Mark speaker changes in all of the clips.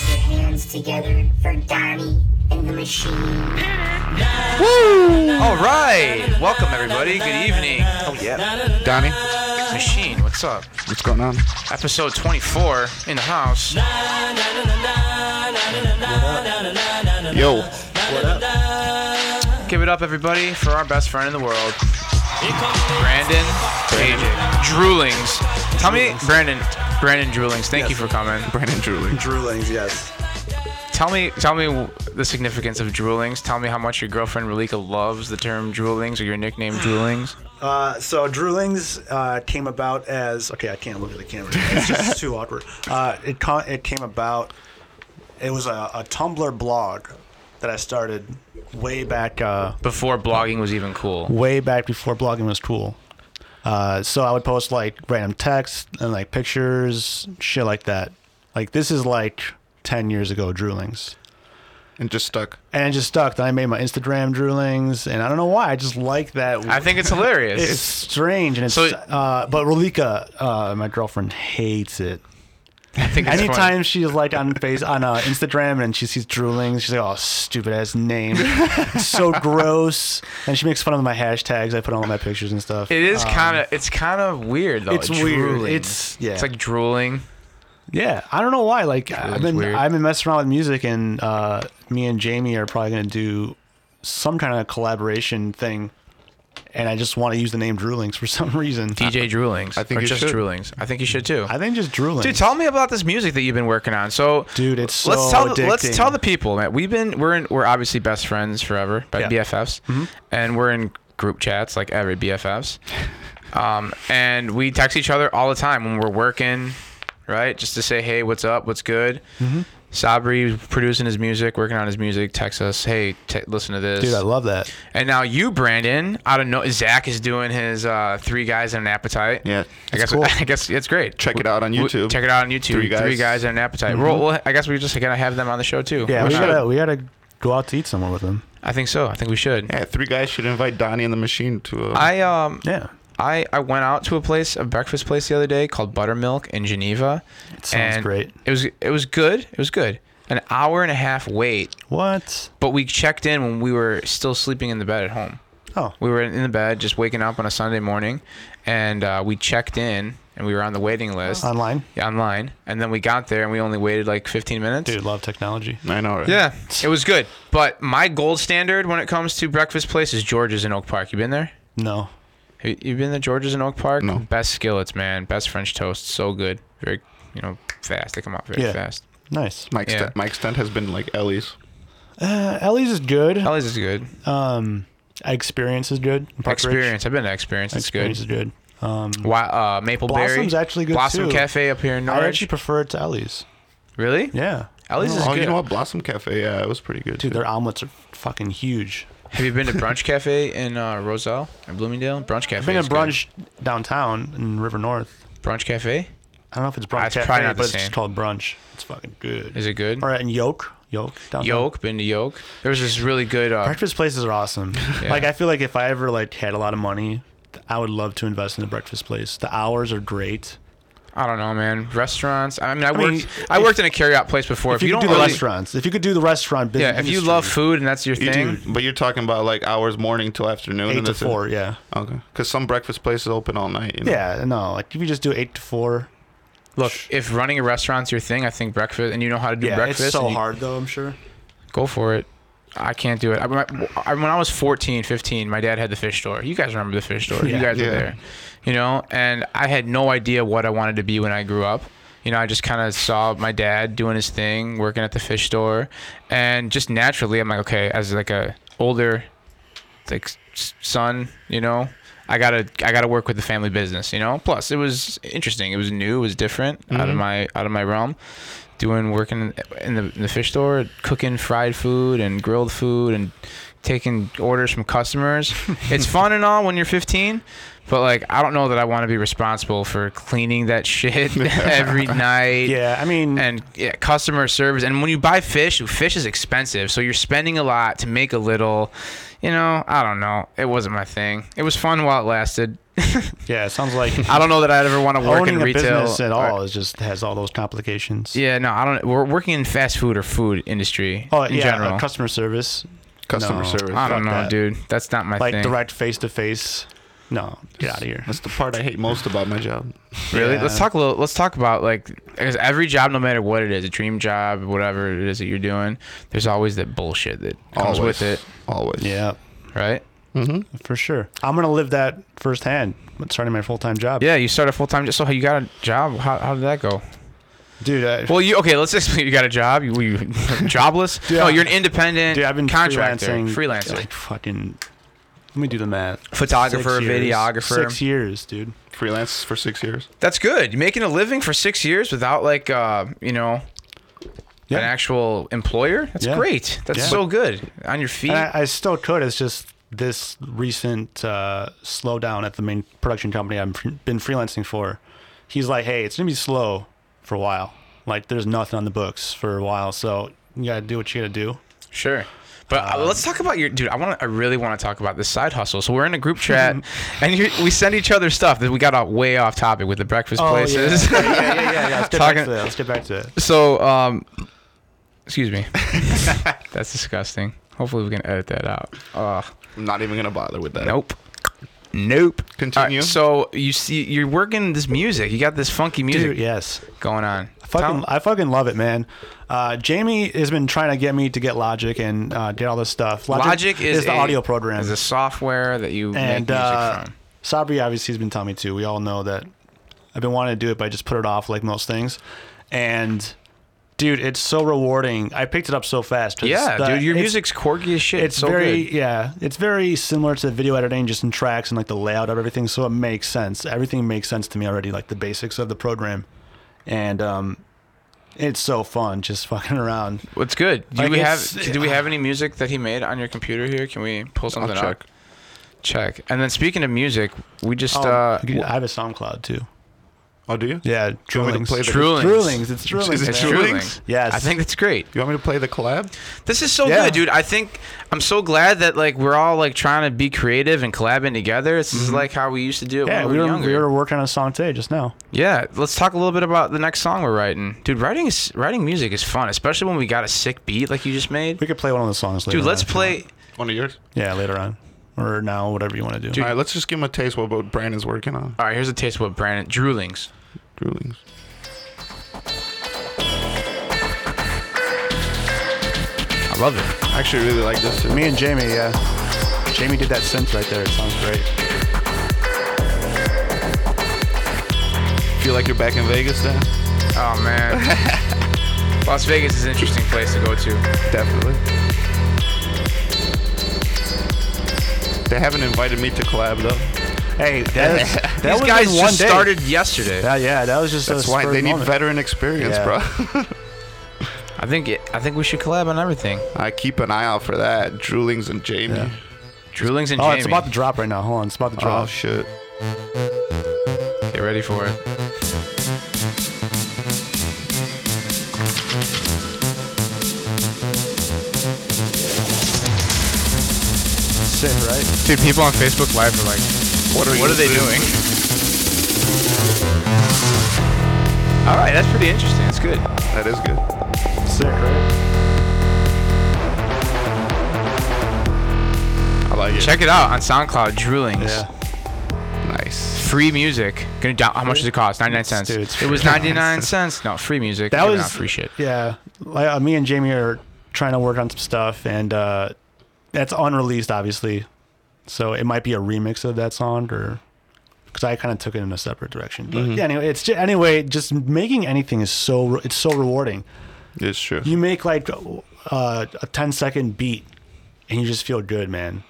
Speaker 1: hands together for Donnie and the machine.
Speaker 2: All right, welcome everybody. Good evening. Oh yeah,
Speaker 3: Donnie,
Speaker 2: machine. What's up?
Speaker 3: what's going on?
Speaker 2: Episode 24 in the house.
Speaker 3: Yo,
Speaker 2: Give it up, everybody, for our best friend in the world, Brandon Pajic. Droolings. How many, Brandon? Brandon Droolings. Thank you for coming.
Speaker 3: Brandon Drooling.
Speaker 4: Droolings, yes.
Speaker 2: Tell me, tell me the significance of droolings. Tell me how much your girlfriend Relika loves the term droolings or your nickname droolings.
Speaker 4: Uh, so droolings uh, came about as okay. I can't look at the camera. It's just too awkward. Uh, it co- it came about. It was a, a Tumblr blog that I started way back uh,
Speaker 2: Before blogging was even cool.
Speaker 4: way back before blogging was cool. Uh, so I would post like random text and like pictures, shit like that. Like this is like ten years ago, droolings.
Speaker 3: And just stuck.
Speaker 4: And it just stuck. Then I made my Instagram droolings, and I don't know why. I just like that.
Speaker 2: I think it's hilarious.
Speaker 4: It's strange, and it's
Speaker 2: So-
Speaker 4: uh, but Relika, uh, my girlfriend, hates it.
Speaker 2: I think it's
Speaker 4: Anytime
Speaker 2: funny.
Speaker 4: she's like on face on uh, Instagram and she sees droolings, she's like, "Oh, stupid ass name, it's so gross." And she makes fun of my hashtags I put on all my pictures and stuff.
Speaker 2: It is kind of it's kind of weird though.
Speaker 4: um, it's weird.
Speaker 2: Drooling.
Speaker 4: It's- yeah.
Speaker 2: It's like drooling.
Speaker 4: yeah, I don't know why. Like I've
Speaker 2: Drooling's
Speaker 4: been
Speaker 2: weird.
Speaker 4: I've been messing around with music, and uh, me and Jamie are probably gonna do some kind of collaboration thing. And I just want to use the name droolings for some reason.
Speaker 2: DJ droolings. I
Speaker 3: think
Speaker 2: or
Speaker 3: you
Speaker 2: just
Speaker 3: should.
Speaker 2: droolings. I think you should too.
Speaker 4: I think just droolings.
Speaker 2: Dude, tell me about this music that you've been working on. So,
Speaker 4: Dude, it's
Speaker 2: let's
Speaker 4: so
Speaker 2: tell the, let's
Speaker 4: addicting.
Speaker 2: tell the people, man. We've been we're in, we're obviously best friends forever, but
Speaker 4: Yeah. Mm-hmm.
Speaker 2: BFFs, and we're in group chats like every BFFs, um, and we text each other all the time when we're working, right? Just to say, hey, what's up? What's good?
Speaker 4: Mm-hmm.
Speaker 2: Sabri producing his music, working on his music. Text us, hey, t- listen to this.
Speaker 4: Dude, I love that.
Speaker 2: And now you, Brandon, I don't know. Zach is doing his uh, three guys and an appetite.
Speaker 3: Yeah,
Speaker 2: I
Speaker 3: it's
Speaker 2: guess
Speaker 3: cool.
Speaker 2: I guess it's great.
Speaker 3: Check it out on
Speaker 2: We-
Speaker 3: YouTube.
Speaker 2: Check it out on YouTube. Three
Speaker 3: Three
Speaker 2: guys,
Speaker 3: Guys. Mm-hmm.
Speaker 2: and an appetite. Well, well, I guess we just gotta have them on the show too.
Speaker 4: Yeah,
Speaker 2: Why
Speaker 4: we
Speaker 2: not?
Speaker 4: gotta we gotta go out to eat somewhere with them.
Speaker 2: I think so. I think we should.
Speaker 3: Yeah, three guys should invite Donnie and the machine to. A,
Speaker 2: I um
Speaker 4: Yeah.
Speaker 2: I I went out to a place, a breakfast place the other day called Buttermilk in Geneva. It
Speaker 4: sounds great.
Speaker 2: It was it was good. It was good. An hour and a half wait,
Speaker 4: What?
Speaker 2: but we checked in when we were still sleeping in the bed at home.
Speaker 4: Oh.
Speaker 2: we were in the bed just waking up on a sunday morning and uh, we checked in and we were on the waiting list
Speaker 4: Online.
Speaker 2: Yeah, online and then we got there and we only waited like 15 minutes
Speaker 4: Dude, love technology.
Speaker 3: I know, right?
Speaker 2: yeah it was good but my gold standard when it comes to breakfast place is george's in oak park you been there
Speaker 4: No.
Speaker 2: have you- you been to george's in oak park
Speaker 3: No.
Speaker 2: best skillets man best french toast so good very you know fast they come out very
Speaker 4: Yeah.
Speaker 2: fast
Speaker 4: Nice.
Speaker 3: My extent,
Speaker 2: Yeah.
Speaker 3: my extent has been like Ellie's.
Speaker 4: Uh, Ellie's is good.
Speaker 2: Ellie's is good
Speaker 4: Um, experience is good. in Park Ridge.
Speaker 2: experience i've been to experience it's
Speaker 4: Experience
Speaker 2: good
Speaker 4: is good. Um,
Speaker 2: Why, uh, maple
Speaker 4: Blossom's
Speaker 2: berry
Speaker 4: actually good,
Speaker 2: blossom
Speaker 4: too.
Speaker 2: cafe up here in
Speaker 4: I
Speaker 2: norwich
Speaker 4: actually prefer it to Ellie's.
Speaker 2: really
Speaker 4: Yeah.
Speaker 2: Ellie's is
Speaker 3: Oh,
Speaker 2: good.
Speaker 3: you know what? Blossom Cafe. Yeah, it was pretty good.
Speaker 4: Dude,
Speaker 3: too.
Speaker 4: their omelets are fucking huge.
Speaker 2: Have you been to Brunch Cafe in uh, Roselle or Bloomingdale? Brunch Cafe.
Speaker 4: I've been
Speaker 2: is
Speaker 4: to
Speaker 2: good.
Speaker 4: brunch downtown in River North.
Speaker 2: Brunch Cafe.
Speaker 4: I don't know if it's brunch
Speaker 2: it's
Speaker 4: cafe,
Speaker 2: probably not the
Speaker 4: but it's
Speaker 2: same.
Speaker 4: just called brunch. It's fucking good.
Speaker 2: Is it good?
Speaker 4: All right, and Yoke. Yoke. Downtown.
Speaker 2: Yolk. Been to Yolk. There was this really good. Uh,
Speaker 4: Breakfast places are awesome.
Speaker 2: Yeah.
Speaker 4: Like I feel like if I ever like had a lot of money, th- I would love to invest in a breakfast place. The hours are great.
Speaker 2: I don't know, man. Restaurants. I mean, I,
Speaker 4: mean,
Speaker 2: worked. I
Speaker 4: if-
Speaker 2: worked in a carryout place before. If,
Speaker 4: If you,
Speaker 2: you,
Speaker 4: could
Speaker 2: don't
Speaker 4: do the
Speaker 2: really,
Speaker 4: restaurants, if you could do the restaurant business,
Speaker 2: yeah, if you love food and that's your
Speaker 3: You-
Speaker 2: thing,
Speaker 3: but you're talking about like hours morning till afternoon.
Speaker 4: eight
Speaker 3: and
Speaker 4: to
Speaker 3: that's it?
Speaker 4: four, yeah,
Speaker 3: Okay, because some breakfast places open all night. You know?
Speaker 4: yeah, no, like if you just do eight to four,
Speaker 2: look. If running a restaurant's your thing, I think breakfast and you know how to do
Speaker 4: yeah,
Speaker 2: breakfast.
Speaker 4: it's so
Speaker 2: and you-
Speaker 4: hard though. I'm sure.
Speaker 2: Go for it. I can't do it. I, when I- when I was 14, 15, my dad had the fish store. You guys remember the fish store. you
Speaker 4: Yeah.
Speaker 2: guys
Speaker 3: Yeah.
Speaker 2: were there. You know, and I had no idea what I wanted to be when I grew up. You know, I just kind of saw my dad doing his thing, working at the fish store, and just naturally, I'm like, okay, as like a older, like s- son, you know, I gotta I gotta work with the family business. You know, plus it was interesting. It was new. It was different out of my out of my realm doing working in the, in the fish store, cooking fried food and grilled food and taking orders from customers. it's fun and all when you're 15, but like I don't know that I want to be responsible for cleaning that shit every night.
Speaker 4: Yeah, I mean,
Speaker 2: And yeah, customer service. And when you buy fish, fish is expensive, so you're spending a lot to make a little. You know, I don't know. It wasn't my thing. It was fun while it lasted.
Speaker 4: Yeah, it sounds like
Speaker 2: I don't know that I'd ever want to work
Speaker 4: owning
Speaker 2: in
Speaker 4: a
Speaker 2: retail
Speaker 4: business at
Speaker 2: or-
Speaker 4: all is just has all those complications.
Speaker 2: Yeah, no, I don't. We're working in fast food or food industry
Speaker 4: Oh,
Speaker 2: in
Speaker 4: yeah,
Speaker 2: general.
Speaker 4: uh, customer service.
Speaker 3: Customer
Speaker 4: No.
Speaker 3: service.
Speaker 2: I
Speaker 4: fuck
Speaker 2: don't know,
Speaker 4: that.
Speaker 2: dude. That's not my
Speaker 4: Like
Speaker 2: thing.
Speaker 4: direct face to face. No, get out of here.
Speaker 3: That's the part I hate most about my job.
Speaker 2: Really?
Speaker 4: Yeah.
Speaker 2: Let's talk a little. Let's talk about like because every job, no matter what it is, a dream job, whatever it is that you're doing, there's always that bullshit that comes
Speaker 3: Always
Speaker 2: with it,
Speaker 3: Always. Mm-hmm.
Speaker 4: Yeah,
Speaker 2: right?
Speaker 4: for sure. I'm gonna live that firsthand. when Starting my full time job.
Speaker 2: Yeah, you start a full time. So you got a job? How, how did that go?
Speaker 4: dude. I,
Speaker 2: Well, you okay? Let's explain. You got a job? You, were you jobless? No, you're an independent.
Speaker 4: dude, I've been
Speaker 2: contractor,
Speaker 4: freelancing.
Speaker 2: freelancer,
Speaker 4: Like fucking. Let me do the math.
Speaker 2: photographer,
Speaker 4: Six years.
Speaker 2: videographer.
Speaker 4: Six years, dude.
Speaker 3: Freelance for six years.
Speaker 2: That's good. You're making a living for six years without like uh, you know.
Speaker 4: Yeah.
Speaker 2: An actual employer? That's
Speaker 4: Yeah.
Speaker 2: great. That's
Speaker 4: Yeah.
Speaker 2: so good. On your feet.
Speaker 4: And I, I still could. It's just this recent uh, slowdown at the main production company I've fr- been freelancing for. He's like, hey, it's gonna be slow for a while. Like, there's nothing on the books for a while, so you gotta do what you gotta do.
Speaker 2: Sure. But uh let's talk about your dude. I want. to I really want to talk about this side hustle. So we're in a group chat, and you we send each other stuff. That we got off way off topic with the breakfast places.
Speaker 4: Oh, yeah, yeah, yeah, yeah, yeah. Let's get
Speaker 2: Talking-
Speaker 4: back to that. Let's get back to it.
Speaker 2: so, um, excuse me. That's disgusting. Hopefully, we can edit that out. Uh,
Speaker 3: I'm not even gonna bother with that.
Speaker 2: nope. Nope.
Speaker 3: Continue.
Speaker 2: All right, so you see, you're working this music. You got this funky music
Speaker 4: Dude, yes.
Speaker 2: going on.
Speaker 4: Fucking,
Speaker 2: Tell-
Speaker 4: I fucking love it, man. Uh, Jamie has been trying to get me to get Logic and uh, get all this stuff.
Speaker 2: Logic is,
Speaker 4: the
Speaker 2: a-
Speaker 4: audio program.
Speaker 2: Is a software that you
Speaker 4: and
Speaker 2: make music
Speaker 4: uh,
Speaker 2: from.
Speaker 4: Sabri obviously has been telling me too. We all know that I've been wanting to do it, but I just put it off like most things. And dude, it's so rewarding. I picked it up so fast. 'cause
Speaker 2: Yeah,
Speaker 4: the-
Speaker 2: dude, your
Speaker 4: it's-
Speaker 2: music's quirky as shit.
Speaker 4: It's
Speaker 2: so
Speaker 4: very
Speaker 2: good.
Speaker 4: yeah. It's very similar to video editing, just in tracks and like the layout of everything. So it makes sense. Everything makes sense to me already, like the basics of the program, and um, it's so fun just fucking around.
Speaker 2: What's good? Do
Speaker 4: Like,
Speaker 2: we have
Speaker 4: it's- uh,
Speaker 2: do we have any music that he made on your computer here? Can we pull something up? Check. And then speaking of music, we just
Speaker 4: Oh,
Speaker 2: uh
Speaker 4: I have a SoundCloud too.
Speaker 3: Oh, do you?
Speaker 4: Yeah,
Speaker 3: you want me to
Speaker 4: Droolings.
Speaker 3: play the-
Speaker 2: Droolings.
Speaker 4: Droolings, It's Droolings.
Speaker 3: Is it
Speaker 4: man.
Speaker 2: it's
Speaker 3: Droolings?
Speaker 2: Droolings.
Speaker 4: Yes.
Speaker 2: I think that's great.
Speaker 3: You want me to play the collab?
Speaker 2: This is so
Speaker 4: Yeah.
Speaker 2: good, dude. I think I'm so glad that like we're all like trying to be creative and collabing together. This is like how we used to do it
Speaker 4: Mm-hmm. Yeah,
Speaker 2: when
Speaker 4: we
Speaker 2: we
Speaker 4: were,
Speaker 2: were younger.
Speaker 4: we were working on a song today just now.
Speaker 2: Yeah, let's talk a little bit about the next song we're writing. Dude, writing is writing music is fun, especially when we got a sick beat like you just made.
Speaker 4: We could play one of the songs later.
Speaker 2: Dude, let's
Speaker 4: on if you want.
Speaker 2: play
Speaker 3: One of yours?
Speaker 4: Yeah, later on, or now, whatever you want to do.
Speaker 3: All right, let's just give him a taste what what Brandon's working on.
Speaker 2: All right, here's a taste of what Brandon Droolings.
Speaker 3: Droolings.
Speaker 2: I love it.
Speaker 3: I actually really like this too.
Speaker 4: Me and Jamie, yeah. Jamie did that synth right there. It sounds great.
Speaker 3: Feel like you're back in Vegas then?
Speaker 2: Oh man, Las Vegas is an interesting place to go to.
Speaker 3: Definitely. They haven't invited me to collab though.
Speaker 4: Hey, that's, that
Speaker 2: These
Speaker 4: was
Speaker 2: guys
Speaker 4: in one
Speaker 2: just
Speaker 4: day.
Speaker 2: started yesterday.
Speaker 4: That, yeah, that was just.
Speaker 3: That's why they need veteran experience,
Speaker 4: Yeah.
Speaker 3: bro.
Speaker 2: I think it, I think we should collab on everything.
Speaker 3: I keep an eye out for that. Droolings and Jamie.
Speaker 4: Yeah.
Speaker 2: Droolings and
Speaker 4: Oh,
Speaker 2: Jamie.
Speaker 4: it's about to drop right now. Hold on, it's about to
Speaker 3: Oh
Speaker 4: drop.
Speaker 3: shit.
Speaker 2: Get ready for it.
Speaker 4: Sick, right?
Speaker 2: Dude, people on Facebook Live are like,
Speaker 3: What are,
Speaker 2: "What are they doing?" All right, that's pretty interesting. That's good.
Speaker 3: That is good.
Speaker 4: Sick, right?
Speaker 3: I like it.
Speaker 2: Check it out on SoundCloud. Droolings.
Speaker 4: Yeah.
Speaker 3: Nice.
Speaker 2: Free music. Gonna down, how much does it cost? Ninety nine cents.
Speaker 4: Dude, it's
Speaker 2: it was
Speaker 4: free.
Speaker 2: ninety nine cents. No, free music.
Speaker 4: That
Speaker 2: Giving
Speaker 4: was
Speaker 2: out free shit.
Speaker 4: Yeah, like, uh, me and Jamie are trying to work on some stuff, and uh, that's unreleased, obviously. So it might be a remix of that song, or because I kind of took it in a separate direction. But yeah, anyway, it's just, anyway, just making anything is so re- it's so rewarding.
Speaker 3: It's true.
Speaker 4: You make like uh, a 10 second beat, and you just feel good, man.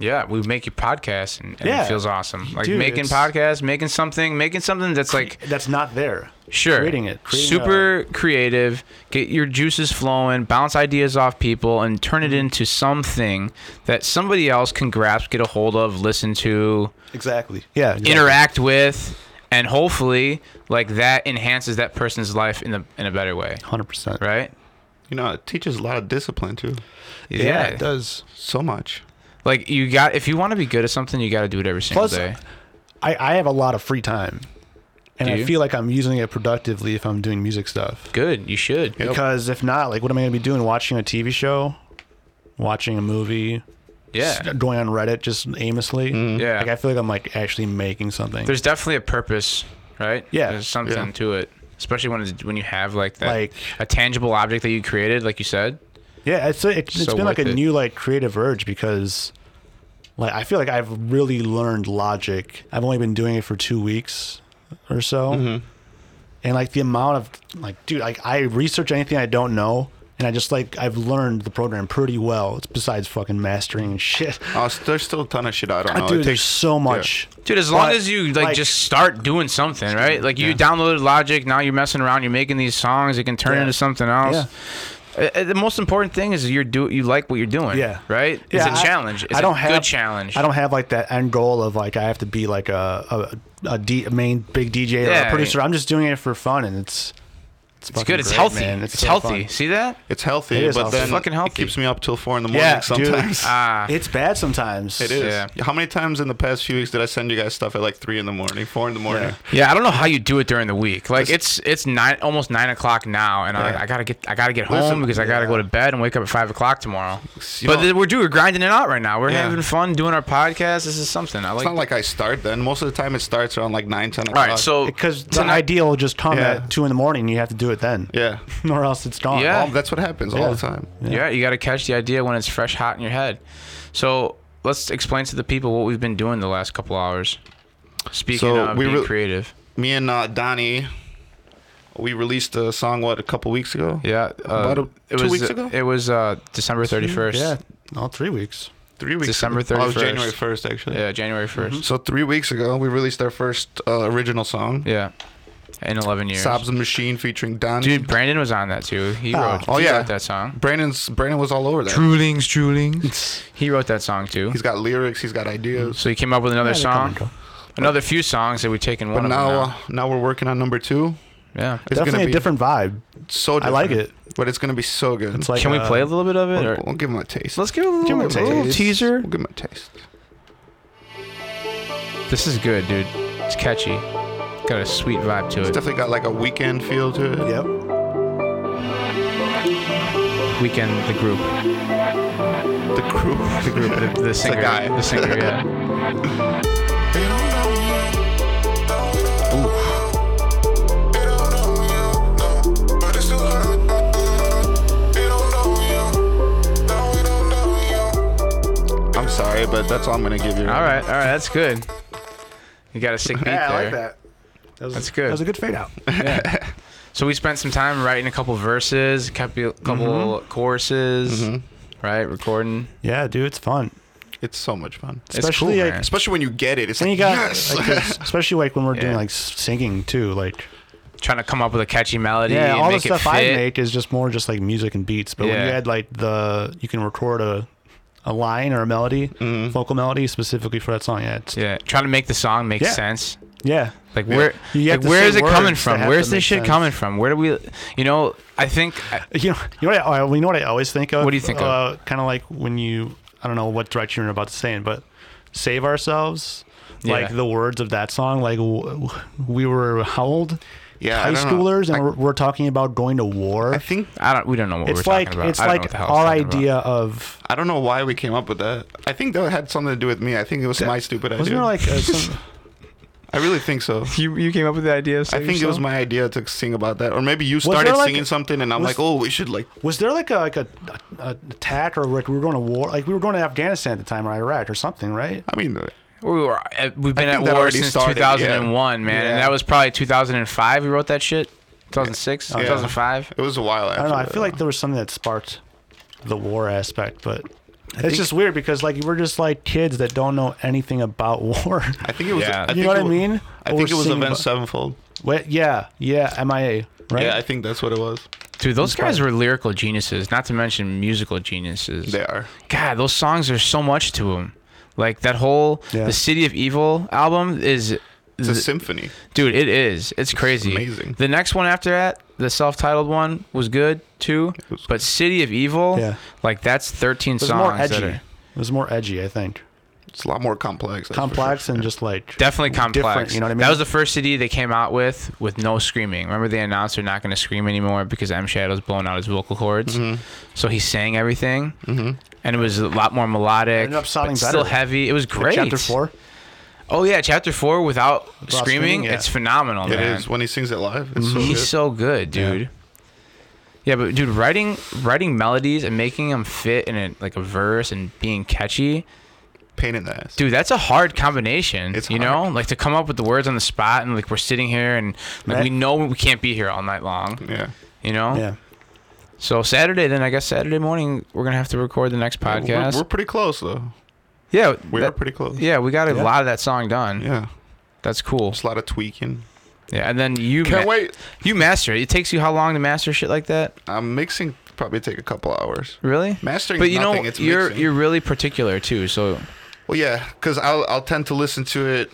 Speaker 2: Yeah, we make your podcast, and, and
Speaker 4: Yeah.
Speaker 2: it feels awesome. Like
Speaker 4: Dude,
Speaker 2: making
Speaker 4: it's-
Speaker 2: podcasts, making something, making something that's like
Speaker 4: That's not there.
Speaker 2: sure,
Speaker 4: creating it, creating
Speaker 2: super creative. Get your juices flowing, bounce ideas off people, and turn
Speaker 4: Mm-hmm.
Speaker 2: it into something that somebody else can grasp, get a hold of, listen to,
Speaker 4: Exactly. Yeah. exactly.
Speaker 2: interact with, and hopefully, like that enhances that person's life in the in a better way,
Speaker 4: 100%.
Speaker 2: right?
Speaker 3: You know, it teaches a lot of discipline too.
Speaker 4: Yeah, it does.
Speaker 3: So much.
Speaker 2: like you got if you want to be good at something, you got to do it every single
Speaker 4: Plus,
Speaker 2: day.
Speaker 4: I, I have a lot of free time, and
Speaker 2: Do
Speaker 4: I
Speaker 2: you?
Speaker 4: feel like I'm using it productively if I'm doing music stuff.
Speaker 2: Good. You should.
Speaker 4: Because if not, like, what am I going to be doing? Watching a TV show, watching a movie,
Speaker 2: Yeah.
Speaker 4: s- going on Reddit just aimlessly.
Speaker 2: Yeah.
Speaker 4: Like, I feel like I'm like actually making something.
Speaker 2: There's definitely a purpose, right?
Speaker 4: Yeah.
Speaker 2: There's something
Speaker 3: Yeah.
Speaker 2: to it, especially when it's, when you have like that
Speaker 4: Like-
Speaker 2: a tangible object that you created, like you said.
Speaker 4: yeah, it's it, it's
Speaker 2: So
Speaker 4: been like a
Speaker 2: worth it.
Speaker 4: new like creative urge because, like, I feel like I've really learned Logic. I've only been doing it for two weeks or so,
Speaker 2: Mm-hmm.
Speaker 4: and like the amount of like, dude, like I research anything I don't know. And I just like I've learned the program pretty well. It's besides fucking mastering and shit.
Speaker 3: Oh, s- there's still a ton of shit I
Speaker 2: Oh,
Speaker 3: don't know.
Speaker 4: Ah, Dude,
Speaker 3: It
Speaker 4: there's
Speaker 3: takes
Speaker 4: so much.
Speaker 2: Dude, as long
Speaker 4: But,
Speaker 2: as you like,
Speaker 4: like-
Speaker 2: just start doing something, right? Like you downloaded Logic, now you're messing around, you're making these songs, it can turn
Speaker 4: Yeah.
Speaker 2: into something else. Uh, uh, The most important thing is you're do you like what you're doing,
Speaker 4: Yeah.
Speaker 2: Right? it's a
Speaker 4: I-
Speaker 2: challenge. It's
Speaker 4: I don't
Speaker 2: a
Speaker 4: have
Speaker 2: good challenge.
Speaker 4: I don't have like that end goal of like I have to be like a a, a D, main big DJ or
Speaker 2: Yeah,
Speaker 4: a producer. I'm just doing it for fun, and it's it's,
Speaker 2: It's good. It's
Speaker 4: great,
Speaker 2: healthy.
Speaker 4: man.
Speaker 2: It's,
Speaker 4: so
Speaker 2: healthy.
Speaker 4: fun.
Speaker 2: See that?
Speaker 3: It's healthy,
Speaker 4: It is
Speaker 3: but
Speaker 4: healthy.
Speaker 3: then
Speaker 4: It's
Speaker 2: fucking healthy.
Speaker 3: it keeps me up till four in the morning
Speaker 4: Yeah,
Speaker 3: sometimes.
Speaker 4: dude.
Speaker 2: Ah,
Speaker 4: It's bad sometimes.
Speaker 3: It is.
Speaker 2: Yeah.
Speaker 3: How many times in the past few weeks did I send you guys stuff at like three in the morning, four in the morning?
Speaker 2: yeah. I don't know how you do it during the week. Like it's it's nine almost nine o'clock now, and I, I gotta get I gotta get home
Speaker 3: Listen,
Speaker 2: because I gotta go to bed and wake up at five o'clock tomorrow.
Speaker 3: You
Speaker 2: but
Speaker 3: know-
Speaker 2: then we're doing we're grinding it out right now. We're
Speaker 3: Yeah.
Speaker 2: having fun doing our podcast. This is something I
Speaker 3: It's
Speaker 2: like.
Speaker 3: not like I start then. Most of the time, it starts around like nine, ten
Speaker 2: All
Speaker 3: o'clock.
Speaker 2: right, so
Speaker 4: because uh, the
Speaker 2: tonight-
Speaker 4: ideal will just come
Speaker 3: Yeah.
Speaker 4: at two in the morning. You have to do it then,
Speaker 3: yeah,
Speaker 4: or else it's gone.
Speaker 2: Yeah.
Speaker 3: All- that's what happens all the time.
Speaker 2: Yeah, you got to catch the idea when it's fresh, hot in your head. So let's explain to the people what we've been doing the last couple hours. Speaking
Speaker 3: So,
Speaker 2: of
Speaker 3: we
Speaker 2: being
Speaker 3: re-
Speaker 2: creative,
Speaker 3: Me and uh, Donnie, we released a song what a couple weeks ago.
Speaker 2: yeah, uh,
Speaker 3: About a-
Speaker 2: it
Speaker 3: two
Speaker 2: was
Speaker 3: weeks ago?
Speaker 2: it was uh, December thirty first.
Speaker 4: yeah, all three weeks.
Speaker 3: three weeks.
Speaker 2: December
Speaker 3: ago. Oh, it was
Speaker 2: 31st.
Speaker 3: January first actually. Mm-hmm.
Speaker 2: yeah, January 1st
Speaker 3: So three weeks ago, we released our first uh, original song,
Speaker 2: Yeah, in eleven years.
Speaker 3: "Sobs and Machine" featuring Donnie.
Speaker 2: Dude, Brandon was on that too. He
Speaker 4: Ah,
Speaker 2: wrote.
Speaker 3: oh,
Speaker 2: he
Speaker 3: yeah.
Speaker 2: wrote that song.
Speaker 3: Brandon's Brandon was all over that.
Speaker 2: Droolings, droolings. He wrote that song too.
Speaker 3: He's got lyrics. He's got ideas.
Speaker 2: so he came up with another
Speaker 4: Yeah, they come and
Speaker 2: song,
Speaker 4: go.
Speaker 2: another few songs that we've taken
Speaker 3: But
Speaker 2: one of
Speaker 3: now,
Speaker 2: them
Speaker 3: uh, now we're working on number two.
Speaker 2: now. Yeah.
Speaker 3: It's gonna
Speaker 4: Definitely a
Speaker 3: be
Speaker 4: different vibe.
Speaker 3: So
Speaker 4: I
Speaker 3: different,
Speaker 4: like it.
Speaker 3: but it's gonna be so good.
Speaker 4: It's like
Speaker 2: Can we
Speaker 4: uh,
Speaker 2: play a little bit of it?
Speaker 3: we'll,
Speaker 2: Or?
Speaker 3: we'll give him a taste.
Speaker 2: Let's give it a little,
Speaker 4: Give him a
Speaker 2: a little
Speaker 4: taste.
Speaker 2: teaser.
Speaker 3: We'll give him a taste.
Speaker 2: This is good, dude. It's catchy. Got a sweet vibe to
Speaker 3: It's
Speaker 2: it.
Speaker 3: definitely got like a weekend feel to it.
Speaker 4: Yep.
Speaker 2: Weekend, the group,
Speaker 3: The crew. The
Speaker 2: group,
Speaker 3: group.
Speaker 2: the, the singer,
Speaker 3: guy.
Speaker 2: the singer, yeah.
Speaker 3: I'm sorry, but that's all I'm gonna give you.
Speaker 2: All right, all right, that's good. You got a sick beat
Speaker 4: Yeah,
Speaker 2: there.
Speaker 4: I like that. that was,
Speaker 2: That's good.
Speaker 4: That was a good fade out.
Speaker 2: So we spent some time writing a couple verses, a couple, couple
Speaker 4: Mm-hmm.
Speaker 2: choruses, right? Recording.
Speaker 4: yeah, dude, it's fun.
Speaker 3: It's so much fun.
Speaker 2: It's cool,
Speaker 4: Especially, like,
Speaker 2: man.
Speaker 3: Especially when you get it. It's
Speaker 4: And
Speaker 3: like,
Speaker 4: you got
Speaker 3: yes.
Speaker 4: like, this- especially like when we're doing
Speaker 2: Yeah.
Speaker 4: like s- singing too, like
Speaker 2: Trying to come up with a catchy melody. and
Speaker 4: yeah, all the
Speaker 2: make it
Speaker 4: stuff I
Speaker 2: fit.
Speaker 4: make is just more just like music and beats. But when
Speaker 2: Yeah.
Speaker 4: you add like the you can record a a line or a melody, vocal melody specifically for that song. Yeah, it's,
Speaker 2: Yeah, trying to make the song make
Speaker 4: Yeah.
Speaker 2: sense.
Speaker 4: yeah.
Speaker 2: Like where,
Speaker 4: You
Speaker 2: like
Speaker 4: have to
Speaker 2: where
Speaker 4: say
Speaker 2: is it
Speaker 4: words
Speaker 2: coming
Speaker 4: that
Speaker 2: from?
Speaker 4: have
Speaker 2: Where's
Speaker 4: to
Speaker 2: this
Speaker 4: make
Speaker 2: shit
Speaker 4: sense.
Speaker 2: coming from? Where do we, you know, I think
Speaker 4: You know, you know what? I, you know what I always think of.
Speaker 2: What do you think
Speaker 4: uh,
Speaker 2: of?
Speaker 4: Kind of like when you, I don't know what direction you're about to say in, but save ourselves. Like
Speaker 2: Yeah.
Speaker 4: the words of that song, like w- w- we were how old?
Speaker 3: Yeah, I
Speaker 4: high
Speaker 3: don't know.
Speaker 4: schoolers,
Speaker 3: I-
Speaker 4: and we're, we're talking about going to war.
Speaker 3: I think
Speaker 2: I don't. We don't know what
Speaker 4: it's
Speaker 2: we're
Speaker 4: like
Speaker 2: talking about.
Speaker 4: it's
Speaker 2: I don't know
Speaker 4: like
Speaker 2: what the hell I was
Speaker 4: our
Speaker 2: talking about.
Speaker 4: idea of
Speaker 3: I don't know why we came up with that. I think that had something to do with me. I think it was my stupid idea.
Speaker 4: wasn't there like a, some,
Speaker 3: I really think so.
Speaker 2: You you came up with the idea. Of
Speaker 3: I think it was my idea to sing about that, or maybe you
Speaker 4: there,
Speaker 3: started
Speaker 4: like,
Speaker 3: singing something, and I'm
Speaker 4: was-
Speaker 3: like, oh, we should like.
Speaker 4: was there like a like a, a attack or like we were going to war like we were going to Afghanistan at the time or Iraq or something right
Speaker 3: I mean, uh,
Speaker 2: We were uh, we've been
Speaker 3: I
Speaker 2: at
Speaker 3: think that
Speaker 2: war
Speaker 3: already
Speaker 2: since
Speaker 3: started,
Speaker 2: 2001, man,
Speaker 3: Yeah.
Speaker 2: and that was probably 2005. We wrote that shit. 2006,
Speaker 3: yeah.
Speaker 2: 2005.
Speaker 3: it was a while after.
Speaker 4: I don't know I
Speaker 3: that,
Speaker 4: feel like
Speaker 3: though.
Speaker 4: there was something that sparked the war aspect but it's just weird because like we're just like kids that don't know anything about war
Speaker 3: I think it was.
Speaker 2: Yeah.
Speaker 3: I
Speaker 2: You
Speaker 3: think
Speaker 4: know what
Speaker 3: it
Speaker 4: I
Speaker 3: wa-
Speaker 4: mean?
Speaker 3: I
Speaker 4: Or
Speaker 3: think it was
Speaker 4: sing
Speaker 3: Event
Speaker 4: about-
Speaker 3: Sevenfold.
Speaker 4: Wait, yeah yeah MIA right
Speaker 3: Yeah, I think that's what it was.
Speaker 2: Dude, those guys were lyrical geniuses, not to mention musical geniuses.
Speaker 3: They are.
Speaker 2: God, those songs are so much to them. Like that whole
Speaker 4: Yeah.
Speaker 2: the City of Evil album is,
Speaker 3: It's a symphony.
Speaker 2: dude, it is. It's crazy.
Speaker 3: amazing.
Speaker 2: The next one after that, the self-titled one was good too,
Speaker 3: was
Speaker 2: but City of Evil,
Speaker 4: Yeah.
Speaker 2: like that's 13
Speaker 4: it was
Speaker 2: songs.
Speaker 4: more
Speaker 2: that
Speaker 4: edgy
Speaker 2: are-
Speaker 4: it was more edgy I think
Speaker 3: It's a lot more complex. that's for
Speaker 4: complex
Speaker 3: sure.
Speaker 4: and just like
Speaker 2: Definitely
Speaker 4: Different,
Speaker 2: complex.
Speaker 4: you know what I mean?
Speaker 2: That was the first CD they came out with with no screaming. Remember they announced they're not going to scream anymore because M Shadow's blown out his vocal cords.
Speaker 3: Mm-hmm.
Speaker 2: So he sang everything, mm-hmm. and it was a lot more melodic.
Speaker 4: Ended up sounding
Speaker 2: but Still
Speaker 4: better.
Speaker 2: heavy. It was great.
Speaker 4: chapter four.
Speaker 2: Oh yeah, chapter four without, screaming.
Speaker 4: screaming, yeah.
Speaker 2: It's phenomenal,
Speaker 3: It
Speaker 2: man.
Speaker 3: is when he sings it live. It's so
Speaker 2: He's
Speaker 3: good.
Speaker 2: so good, dude. Yeah. but dude, writing writing melodies and making them fit in a, like a verse and being catchy,
Speaker 3: pain in the ass.
Speaker 2: dude, that's a hard combination.
Speaker 3: It's
Speaker 2: you know, like to come up with the words on the spot and like we're sitting here and like we
Speaker 4: Right.
Speaker 2: know we can't be here all night long.
Speaker 3: Yeah.
Speaker 2: You know.
Speaker 4: Yeah.
Speaker 2: So Saturday, then I guess Saturday morning we're gonna have to record the next
Speaker 3: We're-
Speaker 2: podcast.
Speaker 3: We're, pretty close though.
Speaker 2: yeah,
Speaker 3: We are
Speaker 2: that-
Speaker 3: pretty close.
Speaker 2: Yeah, we got a
Speaker 4: Yeah.
Speaker 2: lot of that song done.
Speaker 3: Yeah.
Speaker 2: That's cool.
Speaker 3: It's a lot of tweaking.
Speaker 2: Yeah, and then you
Speaker 3: Can't
Speaker 2: ma-
Speaker 3: wait.
Speaker 2: You master it. It takes you how long to master shit like that?
Speaker 3: I'm mixing probably take a couple hours.
Speaker 2: Really?
Speaker 3: Mastering
Speaker 2: But
Speaker 3: is
Speaker 2: you know,
Speaker 3: nothing, it's
Speaker 2: you're
Speaker 3: mixing.
Speaker 2: you're really particular too. So
Speaker 3: Well, yeah, because I'll I'll tend to listen to it.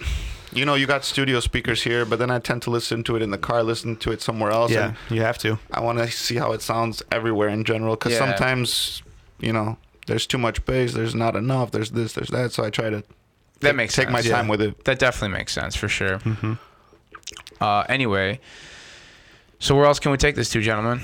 Speaker 3: You know, you got studio speakers here, but then I tend to listen to it in the car, listen to it somewhere else.
Speaker 4: Yeah,
Speaker 3: and
Speaker 4: you have to.
Speaker 3: I want to see how it sounds everywhere in general. Because
Speaker 2: Yeah.
Speaker 3: sometimes, you know, there's too much bass, there's not enough, there's this, there's that. So I try to
Speaker 2: that makes
Speaker 3: take
Speaker 2: sense.
Speaker 3: my time with it.
Speaker 2: That definitely makes sense for sure. Uh, anyway, so where else can we take this to, gentlemen?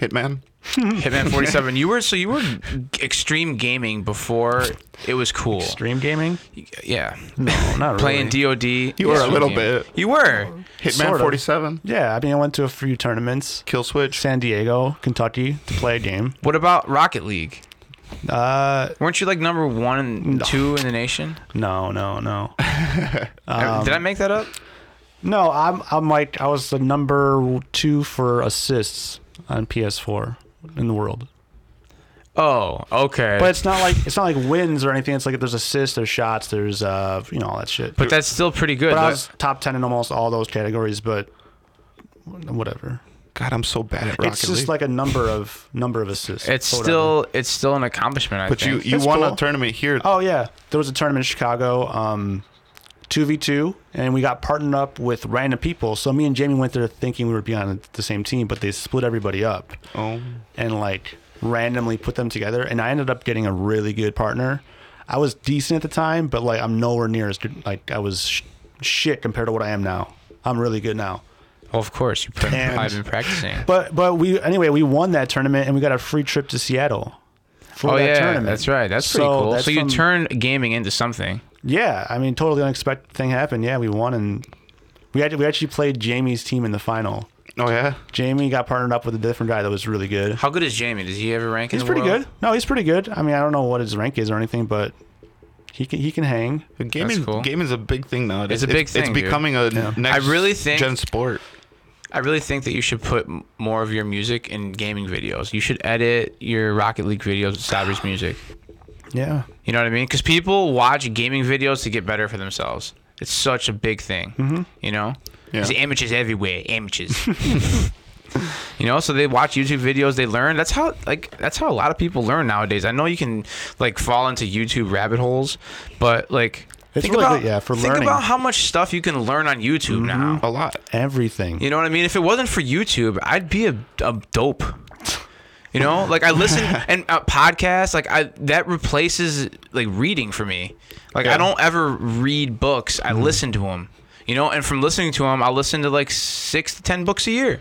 Speaker 3: Hitman.
Speaker 2: Hitman Forty Seven. you were so you were g- extreme gaming before it was cool.
Speaker 4: Stream gaming?
Speaker 2: Yeah,
Speaker 4: No, not
Speaker 2: playing
Speaker 4: really.
Speaker 2: DoD. You
Speaker 3: were a little bit.
Speaker 2: You were.
Speaker 3: Hitman
Speaker 4: Sort of.
Speaker 3: 47.
Speaker 4: Yeah, I mean, I went to a few tournaments,
Speaker 3: Kill Switch.
Speaker 4: San Diego, Kentucky, to play a game.
Speaker 2: What about Rocket League?
Speaker 4: Uh,
Speaker 2: Weren't you like number one and
Speaker 4: No.
Speaker 2: two in the nation?
Speaker 4: no, no, no,
Speaker 2: Did I make that up?
Speaker 4: no. I'm, I'm like, I was the number two for assists on PS4 in the world.
Speaker 2: Oh, okay.
Speaker 4: But it's not like it's not like wins or anything. It's like there's assists, there's shots, there's uh, you know, all that shit.
Speaker 2: but that's still pretty good.
Speaker 4: but I
Speaker 2: though.
Speaker 4: was top ten in almost all those categories. But whatever.
Speaker 3: God, I'm so bad at Rocket
Speaker 4: it's just
Speaker 3: League.
Speaker 4: like a number of number of assists.
Speaker 2: It's
Speaker 4: Whatever.
Speaker 2: still it's still an accomplishment. I
Speaker 3: but you,
Speaker 2: think.
Speaker 3: you
Speaker 4: That's
Speaker 3: won a
Speaker 4: cool.
Speaker 3: tournament here.
Speaker 4: Oh yeah, there was a tournament in Chicago, um, two v two, and we got partnered up with random people. So me and Jamie went there thinking we would be on the same team, but they split everybody up
Speaker 3: Oh.
Speaker 4: and like randomly put them together. And I ended up getting a really good partner. I was decent at the time, but like I'm nowhere near as good. Like I was sh- shit compared to what I am now. I'm really good now.
Speaker 2: well, of course, you put,
Speaker 4: And-
Speaker 2: I've been practicing.
Speaker 4: But but we anyway we won that tournament and we got a free trip to Seattle. For
Speaker 2: oh
Speaker 4: that
Speaker 2: yeah,
Speaker 4: tournament.
Speaker 2: that's right. That's pretty
Speaker 4: So
Speaker 2: cool.
Speaker 4: that's
Speaker 2: so you
Speaker 4: from-
Speaker 2: turn gaming into something.
Speaker 4: Yeah, I mean, totally unexpected thing happened. Yeah, we won, and we actually, we actually played Jamie's team in the final.
Speaker 3: Oh, yeah.
Speaker 4: Jamie got partnered up with a different guy that was really good.
Speaker 2: How good is Jamie? Does he ever rank?
Speaker 4: He's
Speaker 2: in the
Speaker 4: pretty
Speaker 2: world?
Speaker 4: good. No, he's pretty good. I mean, I don't know what his rank is or anything, but he can he can hang.
Speaker 3: Gaming,
Speaker 2: cool.
Speaker 3: gaming's a big thing nowadays.
Speaker 2: It's a big
Speaker 3: It's
Speaker 2: thing, dude.
Speaker 3: becoming a next
Speaker 2: I really think-
Speaker 3: gen sport.
Speaker 2: I really think that you should put m- more of your music in gaming videos. You should edit your Rocket League videos with Sabre's music.
Speaker 4: Yeah,
Speaker 2: You know what I mean? Because people watch gaming videos to get better for themselves. It's such a big thing.
Speaker 4: Mm-hmm.
Speaker 2: You know?
Speaker 3: Yeah.
Speaker 2: There's amateurs everywhere. Amateurs. you know, so they watch YouTube videos, they learn. That's how like that's how a lot of people learn nowadays. I know you can like fall into YouTube rabbit holes, but like
Speaker 4: It's
Speaker 2: think
Speaker 4: really
Speaker 2: about
Speaker 4: good, yeah, for
Speaker 2: think
Speaker 4: learning. Mm-hmm.
Speaker 2: about how much stuff you can learn on YouTube now.
Speaker 3: A lot.
Speaker 4: everything.
Speaker 2: You know what I mean? If it wasn't for YouTube, I'd be a, a dope. You know, like I listen and uh, podcasts, like I that replaces like reading for me. Like I don't ever read books; I listen to them. You know, and from listening to them, I listen to like six to ten books a year.